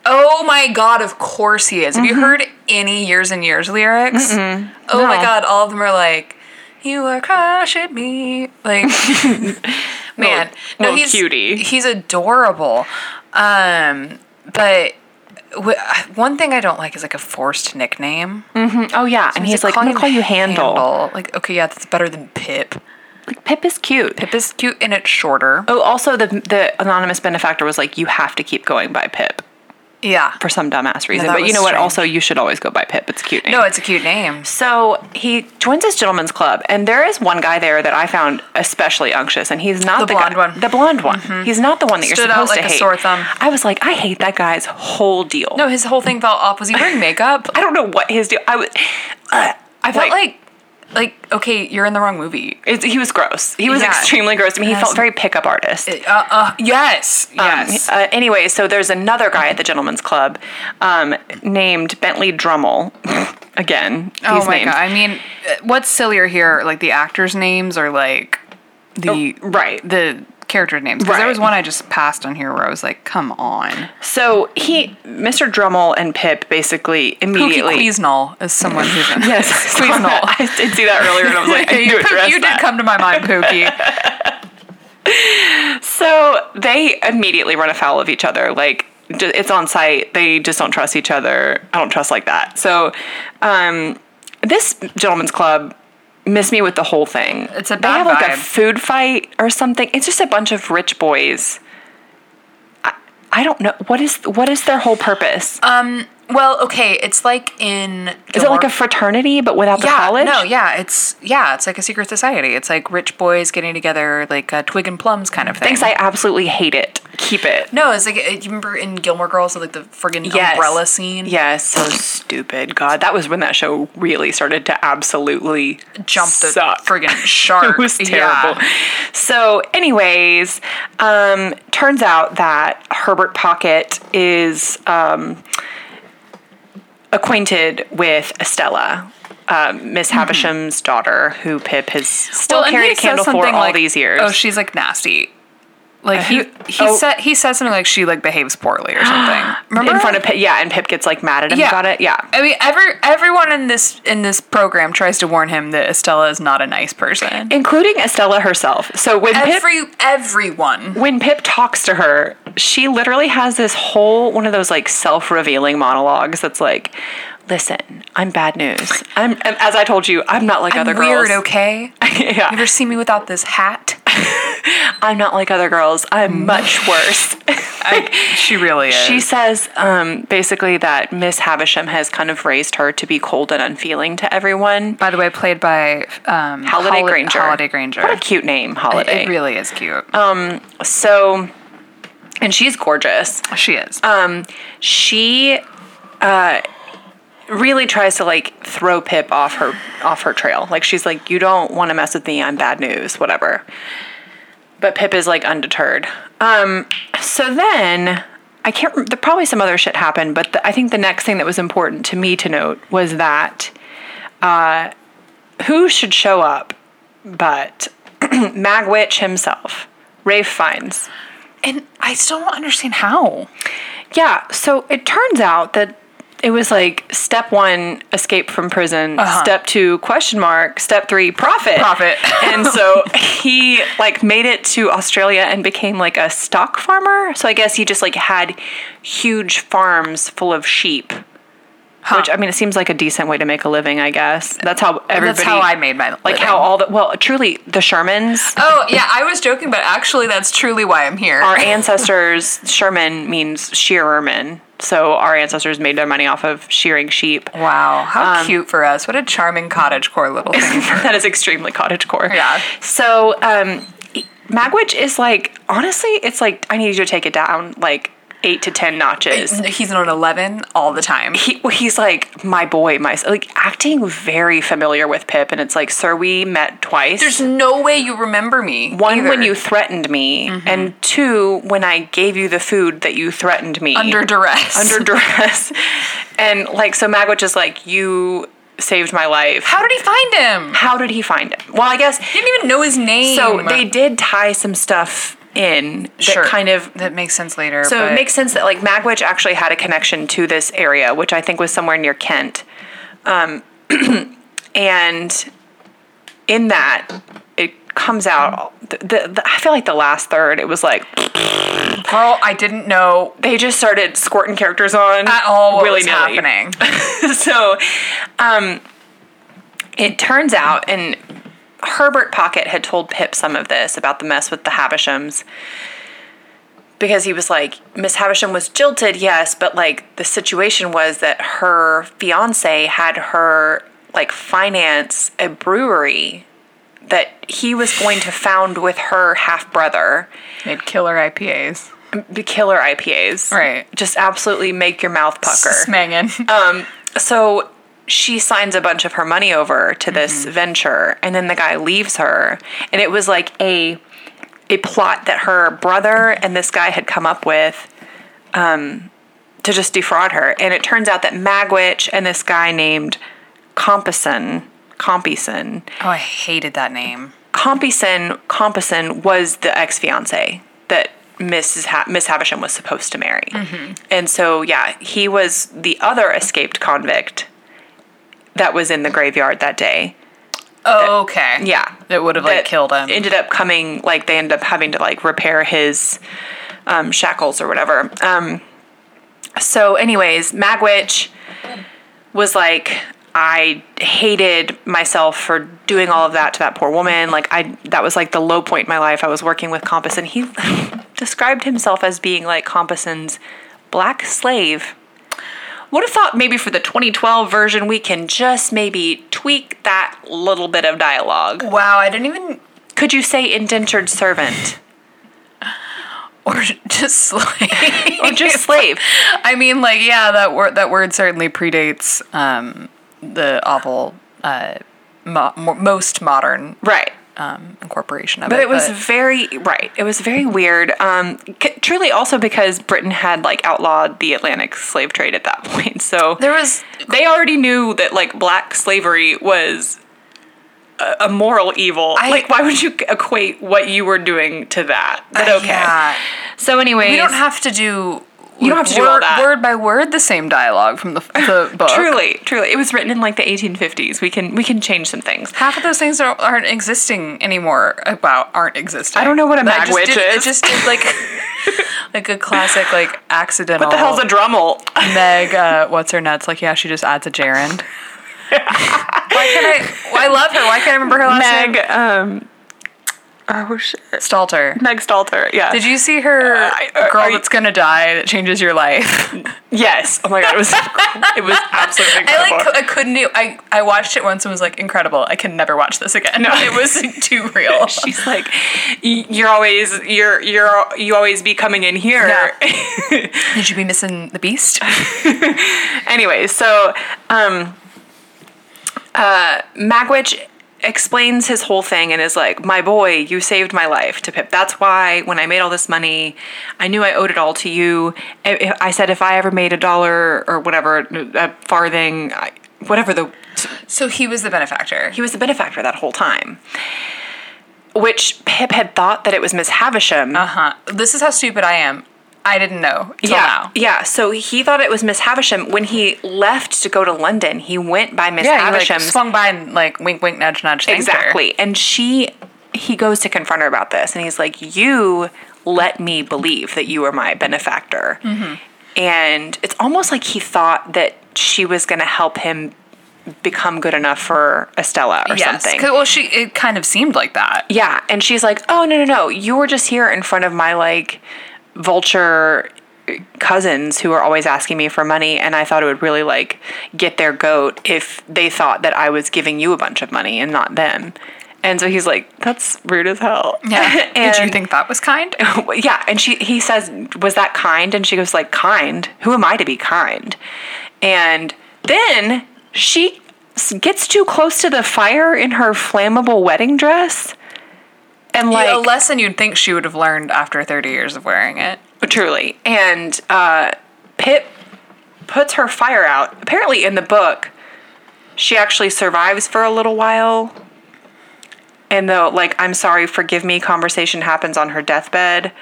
Oh my god, of course he is. Have Mm-hmm. you heard any Years and Years lyrics? Oh my No. god, all of them are like, You are crushing me. Like, <laughs> man. little he's, cutie. He's adorable. Um, but w- uh, one thing I don't like is like a forced nickname. Oh yeah, and he's like, I'm gonna call calling you him Handle. Like, okay, yeah, that's better than Pip. Like Pip is cute. Pip is cute and it's shorter. Oh, also the the anonymous benefactor was like, you have to keep going by Pip Yeah. for some dumbass reason. that but you was know what? strange. Also, you should always go by Pip. It's a cute. Name. No, it's a cute name. So he joins his gentleman's club, and there is one guy there that I found especially unctuous, and he's not the, The blonde guy, one. Mm-hmm. The blonde one. He's not the one that you're Stood out supposed to like a hate. sore thumb. I was like, I hate that guy's whole deal. No, his whole thing fell off. Was he wearing makeup? I don't know what his deal. I was. <laughs> I felt like, like, okay, you're in the wrong movie. it's, he was gross. He was Yeah. extremely gross. I mean, he Yes. felt very pickup artist. Uh, uh, yes, yes. Um, uh, anyway, so there's another guy at the gentleman's club um, named Bentley Drummel. <laughs> Again, oh he's my named. god! I mean, uh, what's sillier here? Like the actors' names or like the Oh, right. the character names? Because Right. there was one I just passed on here where I was like, come on. So he, Mr. Drummel, and Pip basically Pookie immediately. Queasnall is someone who's <laughs> in. Yes, Queasnall. <laughs> I did see that earlier, and I was like, I need <laughs> to you, address you did that. come to my mind, Pookie. So they immediately run afoul of each other. Like j- it's on site. They just don't trust each other. I don't trust like that. So um, this gentleman's club missed me with the whole thing. It's a they bad have like a vibe. food fight or something. It's just a bunch of rich boys. I, I don't know what is what is their whole purpose. Uh, well, okay, it's like in. is it like a fraternity but without the yeah, college? No, yeah, it's yeah, it's like a secret society. It's like rich boys getting together, like a twig and plums kind of thing. Thanks, I absolutely hate it. Keep it. no, it's like uh, you remember in Gilmore Girls, like the friggin' Yes. umbrella scene. Yes, so stupid. God, that was when that show really started to absolutely jump the suck. friggin' <laughs> It shark. was Yeah. terrible. So, anyways, um, turns out that Herbert Pocket is um, acquainted with Estella, um, Miss Havisham's daughter, who Pip has still Mm-hmm. Well, and carried he a says candle for all something like, these years. Oh, she's like nasty. Like he he oh. said he says something like she like behaves poorly or something. Remember <gasps> in front of Pip, yeah, and Pip gets like mad at him yeah. about it. Yeah, I mean every everyone in this in this program tries to warn him that Estella is not a nice person. including Estella herself. So when Pip Every everyone. when Pip talks to her, she literally has this whole one of those like self-revealing monologues that's like, "Listen, I'm bad news. I'm and as I told you, I'm not like I'm other weird, girls. okay? <laughs> yeah, Ever see me without this hat? I'm not like other girls. Mm. I'm much <laughs> worse." she really is. She says um, basically that Miss Havisham has kind of raised her to be cold and unfeeling to everyone. by the way, played by um, Holiday Holi- Granger. Holiday Granger. What a cute name, Holiday. It really is cute. so, and she's gorgeous. she is. she uh, really tries to like throw Pip off her off her trail. Like she's like, "You don't want to mess with me. I'm bad news. Whatever." But Pip is like undeterred. Um, so then I can't. rem- there- Probably some other shit happened, but the, I think the next thing that was important to me to note was that uh, who should show up but <clears throat> Magwitch himself, Rafe Fiennes. and I still don't understand how. Yeah, so it turns out that it was like step one, escape from prison. Step two, question mark. Step three, profit. Uh-huh. <laughs> Profit. and so he like made it to Australia and became like a stock farmer. So I guess he just like had huge farms full of sheep. Which I mean, it seems like a decent way to make a living. I guess that's how everybody. That's how I made my Like how all the well, truly the Shermans. Oh yeah, I was joking, but actually, that's truly why I'm here. <laughs> our ancestors Sherman means shearerman. So our ancestors made their money off of shearing sheep. <laughs> wow, how cute for us! What a charming cottagecore little <laughs> thing. that is extremely cottagecore. Yeah. So um Magwitch is like honestly, it's like I need you to take it down like eight to ten notches. He's on eleven all the time. He, well, he's like my boy, my s- like acting very familiar with Pip, and it's like, sir, we met twice. There's no way you remember me. One either. when you threatened me, Mm-hmm. and two when I gave you the food that you threatened me under duress. under duress. And like, so Magwitch is like, you saved my life. How, how did he find him? how did he find it? Well, I guess. He didn't even know his name. So they did tie some stuff in that Sure. kind of. that makes sense later. So but- it makes sense that like Magwitch actually had a connection to this area, which I think was somewhere near Kent. Um, <clears throat> and in that, it comes out. The, the, the, I feel like the last third, it was like girl. I didn't know they just started squirting characters on at all what was willy-nilly. <laughs> happening. <laughs> so um, it turns out, and Herbert Pocket had told Pip some of this about the mess with the Havishams. Because he was like, Miss Havisham was jilted, yes, but like the situation was that her fiance had her like finance a brewery that he was going to found with her half brother, Made killer IPAs. the killer IPAs. Right. Just absolutely make your mouth pucker. <laughs> Smangin. So she signs a bunch of her money over to this venture, and then the guy leaves her, and it was like a a plot that her brother and this guy had come up with um, to just defraud her. And it turns out that Magwitch and this guy named Compison, Compison, oh, I hated that name. Compison, Compison was the ex fiance that Mrs. Ha- Miss Havisham was supposed to marry, and so yeah, he was the other escaped convict that was in the graveyard that day. Oh, okay. Yeah, That would have like That killed him. Ended up coming like they ended up having to like repair his um, shackles or whatever. Um, so, anyways, Magwitch was like, I hated myself for doing all of that to that poor woman. Like, I that was like the low point in my life. I was working with Compass, and he <laughs> described himself as being like Compasson's black slave. Would have thought maybe for the 2012 version we can just maybe tweak that little bit of dialogue. wow, I didn't even <laughs> Could you say indentured servant or just <laughs> like or just slave? I mean, like, yeah, that word that word certainly predates um, the awful uh, mo- mo- most modern Right. um, incorporation of it. But it was very right. It was very weird. Um, c- truly also because Britain had like outlawed the Atlantic slave trade at that <laughs> point. So There was they already knew that like black slavery was a, a moral evil. I- like why would you equate what you were doing to that? But Uh, okay. yeah. So anyways, we don't have to do You don't have to do word, all that. word by word the same dialogue from the, <laughs> the book. truly, truly, it was written in like the 1850s. We can we can change some things. half of those things are, aren't existing anymore about aren't existing I don't know what a But I mag just witch did, is. it just <laughs> did like like a classic like accidental What the hell's a Drummel? meg uh, what's her nuts like yeah she just adds <laughs> a gerund why can't i well, i love her why can't i remember her last Meg, name um, oh shit, stalter Meg Stalter. Yeah. did you see her I- uh, girl are you- that's gonna die that changes your life Yes. Oh my god, it <laughs> was it was absolutely I incredible. like cou- I couldn't e- I I watched it once and was like incredible I can never watch this again no. <laughs> it was too real She's like, "Y- you're always you're you're you always be coming in here. did you be missing the beast <laughs> anyway, so um, uh, Magwitch explains his whole thing and is like, "My boy, you saved my life." To Pip, that's why when I made all this money, I knew I owed it all to you. I, I said if I ever made a dollar or whatever, a farthing, I, whatever the So he was the benefactor. he was the benefactor that whole time. Which Pip had thought that it was Miss Havisham. Uh huh. This is how stupid I am. I didn't know till yeah, now. yeah. So he thought it was Miss Havisham. When he left to go to London, he went by Miss Yeah, he like Havisham's swung by and like wink, wink, nudge, nudge. thanked her. exactly. And she, he goes to confront her about this, and he's like, "You let me believe that you were my benefactor," Mm-hmm. and it's almost like he thought that she was going to help him become good enough for Estella or Yes. something. 'Cause- Well, she it kind of seemed like that. Yeah, and she's like, "Oh no, no, no! You were just here in front of my like vulture cousins who are always asking me for money, and I thought it would really like get their goat if they thought that I was giving you a bunch of money and not them." And so he's like, "That's rude as hell." <laughs> <laughs> Yeah. and, Did you think that was <laughs> kind? <laughs> yeah, and she he says, "Was that kind?" And she goes like, "Kind? Who am I to be kind?" And then she s- gets too close to the fire in her flammable wedding dress. And like a lesson you'd think she would have learned after 30 years of wearing it. truly. And uh, Pip puts her fire out. Apparently, in the book, she actually survives for a little while. And the like, I'm sorry, forgive me conversation happens on her deathbed.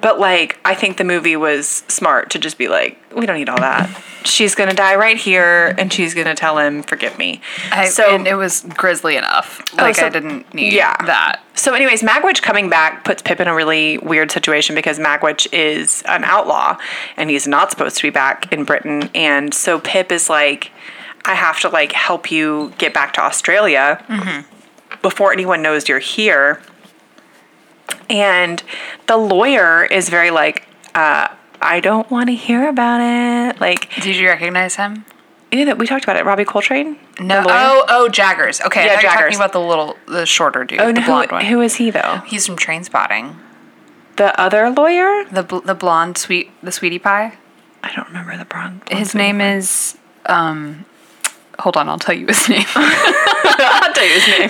But like, I think the movie was smart to just be like, we don't need all that. She's gonna die right here, and she's gonna tell him, forgive me. I, so Oh, and it was grisly enough. Like so- I didn't need yeah. that. So, anyways, Magwitch coming back puts Pip in a really weird situation because Magwitch is an outlaw and he's not supposed to be back in Britain. And so Pip is like, I have to like help you get back to Australia Mm-hmm. before anyone knows you're here. And the lawyer is very like, uh, I don't want to hear about it. Like, Did you recognize him? you know that we talked about it, Robbie Coltrane. No. The lawyer? Oh, oh, Jaggers. Okay. Yeah, I thought you were Jaggers. talking about the little, the shorter dude, Oh, the no, blonde who, one. who is he though? He's from Train Spotting. The other lawyer? The bl- the blonde sweet, the sweetie pie. I don't remember the blonde. <laughs> His name is um hold on, I'll tell you his <laughs> name. I'll <laughs> tell you his name.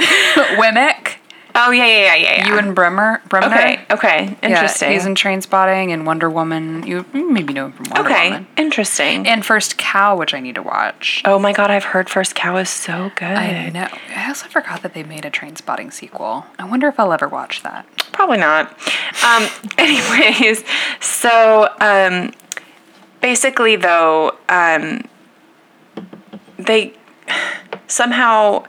Wemmick. Oh yeah, yeah, yeah, yeah. You and Bremer Bremner. okay, okay, Yeah, interesting. he's in Train Spotting and Wonder Woman. You maybe know him from Wonder okay, Woman. interesting. And First Cow, which I need to watch. oh my god, I've heard First Cow is so good. I know. I also forgot that they made a Train Spotting sequel. I wonder if I'll ever watch that. Probably not. Um, <laughs> anyways, so um, basically, though, um, they somehow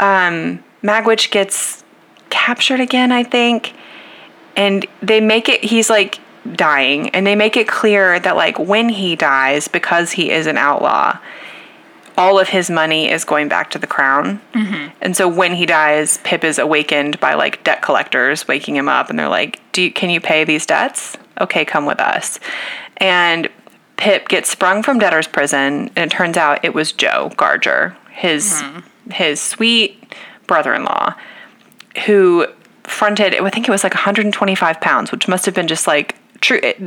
um, Magwitch gets captured again, I think, and they make it. He's like dying, and they make it clear that like when he dies, because he is an outlaw, all of his money is going back to the crown. And so when he dies, Pip is awakened by like debt collectors waking him up, and they're like, "Do you, can you pay these debts? Okay, come with us." And Pip gets sprung from debtor's prison, and it turns out it was Joe Garger, his his sweet brother-in-law, who fronted. I think it was like 125 pounds, which must have been just like true. It,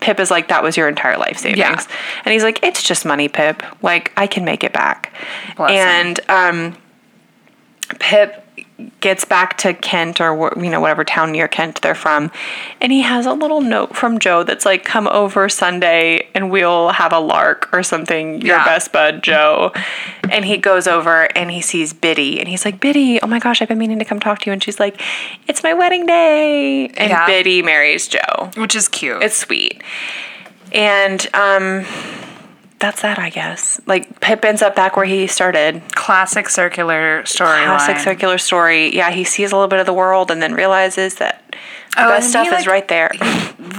Pip is like, "That was your entire life savings," Yeah. and he's like, "It's just money, Pip. Like I can make it back." Bless him. and um, Pip gets back to Kent or wh- you know whatever town near Kent they're from, and he has a little note from Joe that's like, "Come over Sunday and we'll have a lark or something." Your Yeah. best bud, Joe. And he goes over and he sees Biddy, and he's like, "Biddy, oh my gosh, I've been meaning to come talk to you." And she's like, "It's my wedding day," and Yeah. Biddy marries Joe. which is cute. It's sweet. And um that's that, I guess. Like Pip ends up back where he started. classic circular story. Classic circular story. Yeah, he sees a little bit of the world and then realizes that the Oh, best and stuff he, is right like- there.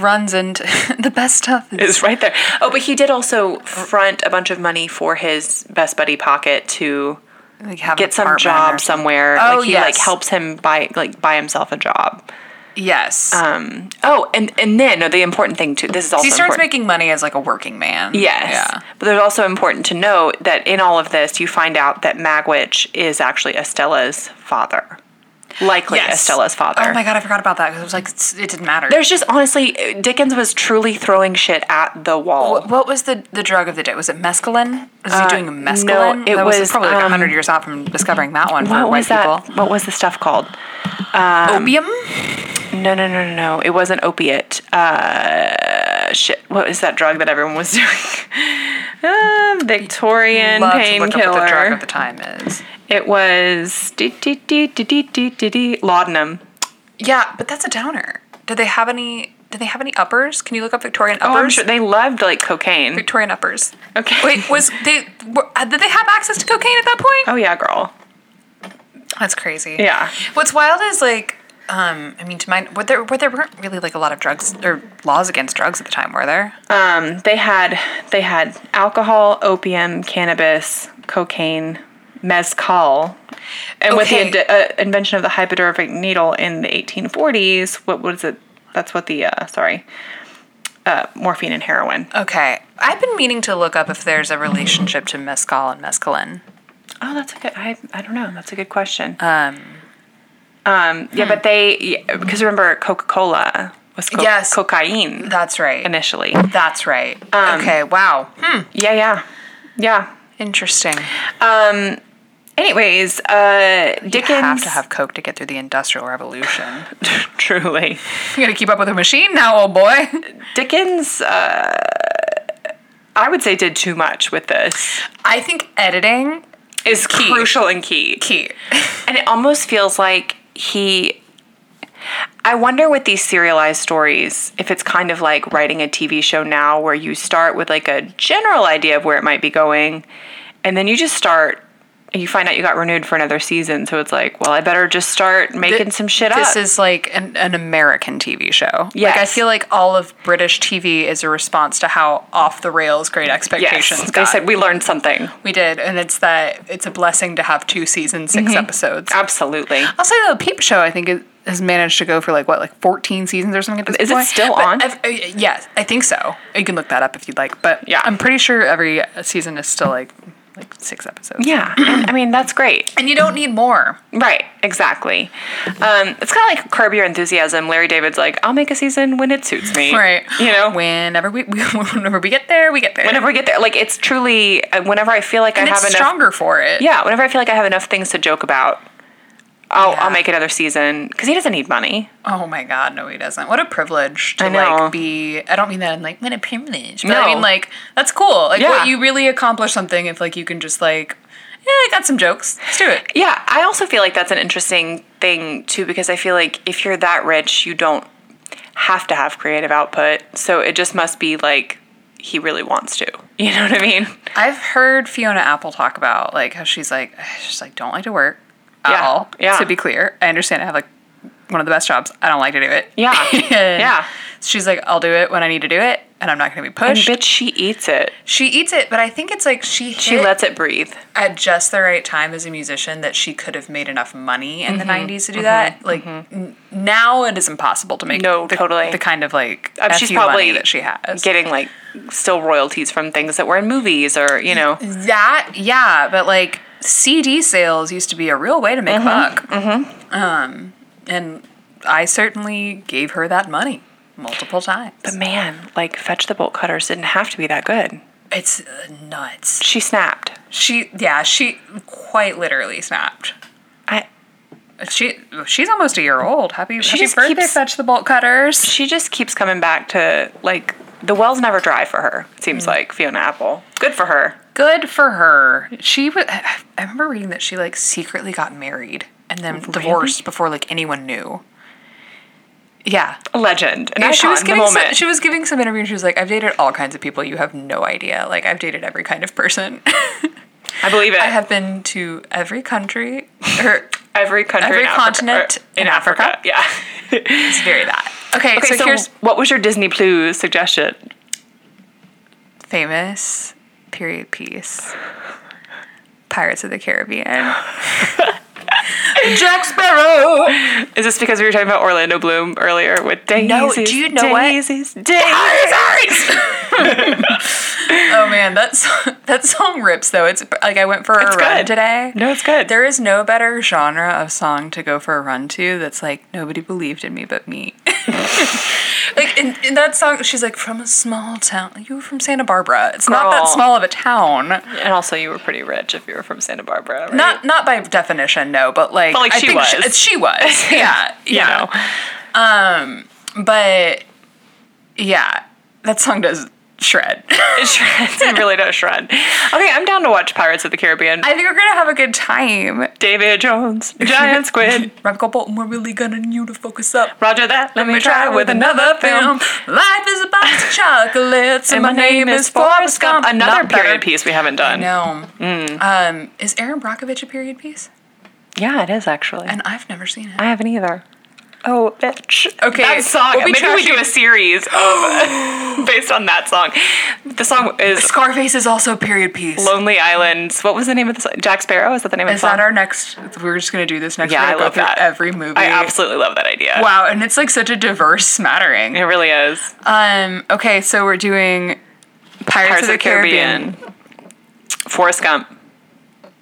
<laughs> runs into <laughs> the best stuff. Is, Is right there. Oh, but he did also front a bunch of money for his best buddy pocket to like, have an get some apartment or job something. somewhere. Oh, like he like yes. helps him buy like buy himself a job. Yes, Um oh and and then no, the important thing too this is also he starts important. making money as like a working man. Yes. Yeah. But there's also important to note that in all of this, you find out that Magwitch is actually Estella's father. Likely Estella's father. Oh my god, I forgot about that because it was like it's- it didn't matter. There's just honestly, Dickens was truly throwing shit at the wall. Wh- what was the, the drug of the day? Was it mescaline? Was he doing mescaline? Uh, it that was, probably like um, hundred years out from discovering that one for What white was that? Um, people. What was the stuff called? Opium. No, no, no, no, no. It wasn't opiate. Uh, shit. What is that drug that everyone was <laughs> doing? Uh, Victorian Love to look up what the drug painkiller. of the time is. it was dee, dee, dee, dee, dee, dee, dee, dee, laudanum. Yeah, but that's a downer. Did they have any? Did they have any uppers? Can you look up Victorian Oh, I'm uppers? sure they loved like cocaine. Victorian uppers. Okay. Wait, was they? Were, uh, did they have access to cocaine at that point? Oh yeah, girl. That's crazy. Yeah. What's wild is like, um, I mean, to my, were there, were there weren't really like a lot of drugs or laws against drugs at the time, were there? Um, they had they had alcohol, opium, cannabis, cocaine, mezcal, and with the Okay. ind- uh, invention of the hypodermic needle in the 1840s, what was it? That's what the uh, sorry, uh, morphine and heroin. Okay, I've been meaning to look up if there's a relationship to mezcal and mescaline. Oh, that's a good. I I don't know. That's a good question. Um. Um. Yeah, but they because remember Coca Cola was co- Yes. cocaine That's right. initially. That's right. okay. Wow. Hmm. Yeah, yeah, yeah. Interesting. Anyways, uh, Dickens. You have to have coke to get through the Industrial Revolution. <laughs> truly. <laughs> you gotta keep up with a machine now, old boy. Dickens, uh, I would say, did too much with this. I think editing Is Key. crucial and key. key. And it almost feels like he. I wonder with these serialized stories if it's kind of like writing a TV show now where you start with like a general idea of where it might be going and then you just start and you find out you got renewed for another season so it's like well I better just start making some shit up. This is like an, an American TV show. Like I Yes. feel like all of British TV is a response to how off the rails Great Expectations yes. They got. said we learned something. we did, and it's that it's a blessing to have two seasons, 6 episodes. Absolutely. I'll say the Peep Show, I think, is, has managed to go for like what, like fourteen seasons or something at this Is it point. still But on? I've- uh, yes, I think so. You can look that up if you'd like, but Yeah. I'm pretty sure every uh, season is still like like six episodes. Yeah. And, <clears throat> I mean that's great. and you don't need <laughs> more. Right, exactly. Um, it's kind of like Curb Your Enthusiasm. Larry David's like, I'll make a season when it suits me. Right. You know, whenever we, <laughs> whenever we get there, we get there. whenever we get there, like, it's truly, uh, whenever I feel like and I have it's enough. stronger for it. Yeah, whenever I feel like I have enough things to joke about, I'll, Yeah. I'll make another season because he doesn't need money. Oh my God, no, he doesn't. What a privilege to I know. like be. I don't mean that in like what a privilege, but No. I mean like that's cool. Like Yeah. what you really accomplish something if like you can just like, yeah, I got some jokes. Let's do it. Yeah, I also feel like that's an interesting thing too because I feel like if you're that rich, you don't have to have creative output. So it just must be like he really wants to. <laughs> You know what I mean? I've heard Fiona Apple talk about like how she's like <sighs> she's like don't like to work at Yeah. all. Yeah. To be clear, I understand I have like one of the best jobs. I don't like to do it. Yeah. <laughs> And Yeah. She's like, I'll do it when I need to do it, and I'm not going to be And pushed. bitch, she eats it. she eats it, but I think it's like she She hit- lets it breathe. at just the right time as a musician that she could have made enough money Mm-hmm. in the 90s to do that. Like n- now it is impossible to make No, the, totally. the kind of like Um, she's FU money probably that she has. getting like still royalties from things that were in movies or you know that yeah, but like CD sales used to be a real way to make a buck. Mm-hmm. Um and I certainly gave her that money multiple times. man like fetch the bolt cutters didn't have to be that good It's uh, nuts. she snapped She yeah, she quite literally snapped. i She she's almost a year old. Happy happy just birthday, keeps- fetch the bolt cutters. She just keeps coming back to like the wells never dry for her. It seems like Fiona Apple. Good for her. Good for her. She was. I remember reading that she like secretly got married and then divorced before like anyone knew. Yeah, A legend. An Yeah, icon, she was the giving some, moment. she was giving some interview and she was like, I've dated all kinds of people. You have no idea. Like I've dated every kind of person. <laughs> I believe it. I have been to every country. <laughs> Or every country, every in Africa- continent or- in, in Africa. <laughs> Africa. Yeah. it's very that. Okay, okay, so, so, here's what was your Disney Plus suggestion? famous period piece. Pirates of <laughs> the Caribbean. Jack Sparrow. Is this because we were talking about Orlando Bloom earlier with daisies? do you know what? daisies, <laughs> Daisies. <laughs> oh man, that song, that song rips though. It's like I went for a It's run good. today. No, it's good. There is no better genre of song to go for a run to that's like nobody believed in me but me. <laughs> like in, in that song, she's like from a small town. You were from Santa Barbara. It's not Girl. that small of a town. and also, you were pretty rich if you were from Santa Barbara. Right? Not not by definition, no, but like, But, like, she was. she, <laughs> she was. Yeah, you yeah. know. <laughs> But yeah, that song does shred. <laughs> It shreds. It really does shred. Okay, I'm down to watch Pirates of the Caribbean. I think we're gonna have a good time. David Jones, <laughs> giant squid. Michael Bolton, we're really gonna need to focus up. Roger that. Let, me try, with another film. Life is a box of chocolates, and my name is Forrest Gump. Another Mm. Not period better. piece we haven't done. No. Um, is Aaron Brockovich a period piece? Yeah, it is actually. And I've never seen it. I haven't either. Oh, bitch. Okay, That song. we'll be maybe we trashing- do a series <gasps> of <laughs> based on that song. The song is Scarface is also a period piece. Lonely Islands. What was the name of the song? Jack Sparrow? Is that the name is of the song? that our next? We're just gonna do this next. yeah, we're I gonna go love through that. Every movie. I absolutely love that idea. Wow, and it's like such a diverse smattering. It really is. Um. Okay, so we're doing Pirates, Pirates of the Caribbean. Forrest Gump,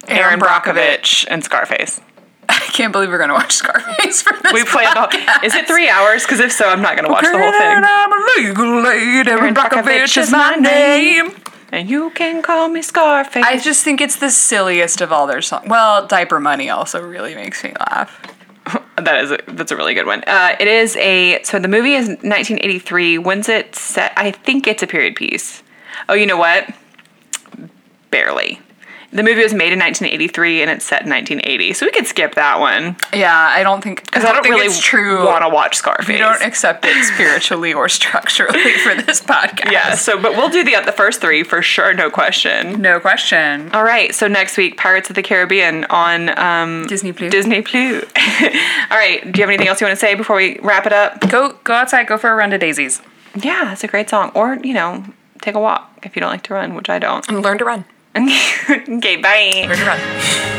Aaron Brockovich, and Scarface. <laughs> I can't believe we're gonna watch Scarface for this. <laughs> We play the whole, Is it three hours? Because if so, I'm not going to watch the whole thing. And I'm a legal aid. Aaron Brockovich is my name. And you can call me Scarface. I just think it's the silliest of all their songs. Well, Diaper Money also really makes me laugh. That is a, that's a really good one. Uh, it is a so the movie is 1983. When's it set? I think it's a period piece. Oh, you know what? Barely. The movie was made in 1983 and it's set in 1980, so we could skip that one Yeah, I don't think because I don't think really it's true. want to watch Scarface. We don't accept it spiritually or <laughs> structurally for this podcast. yeah. So, but we'll do the the first three for sure, no question. No question. All right. So next week, Pirates of the Caribbean on um, Disney Plus. Disney Plus. <laughs> All right. Do you have anything else you want to say before we wrap it up? Go go outside. Go for a run to Daisies. Yeah, that's a great song. Or, you know, take a walk if you don't <laughs> like to run, which I don't. And learn to run. okay, bye. Learn to run.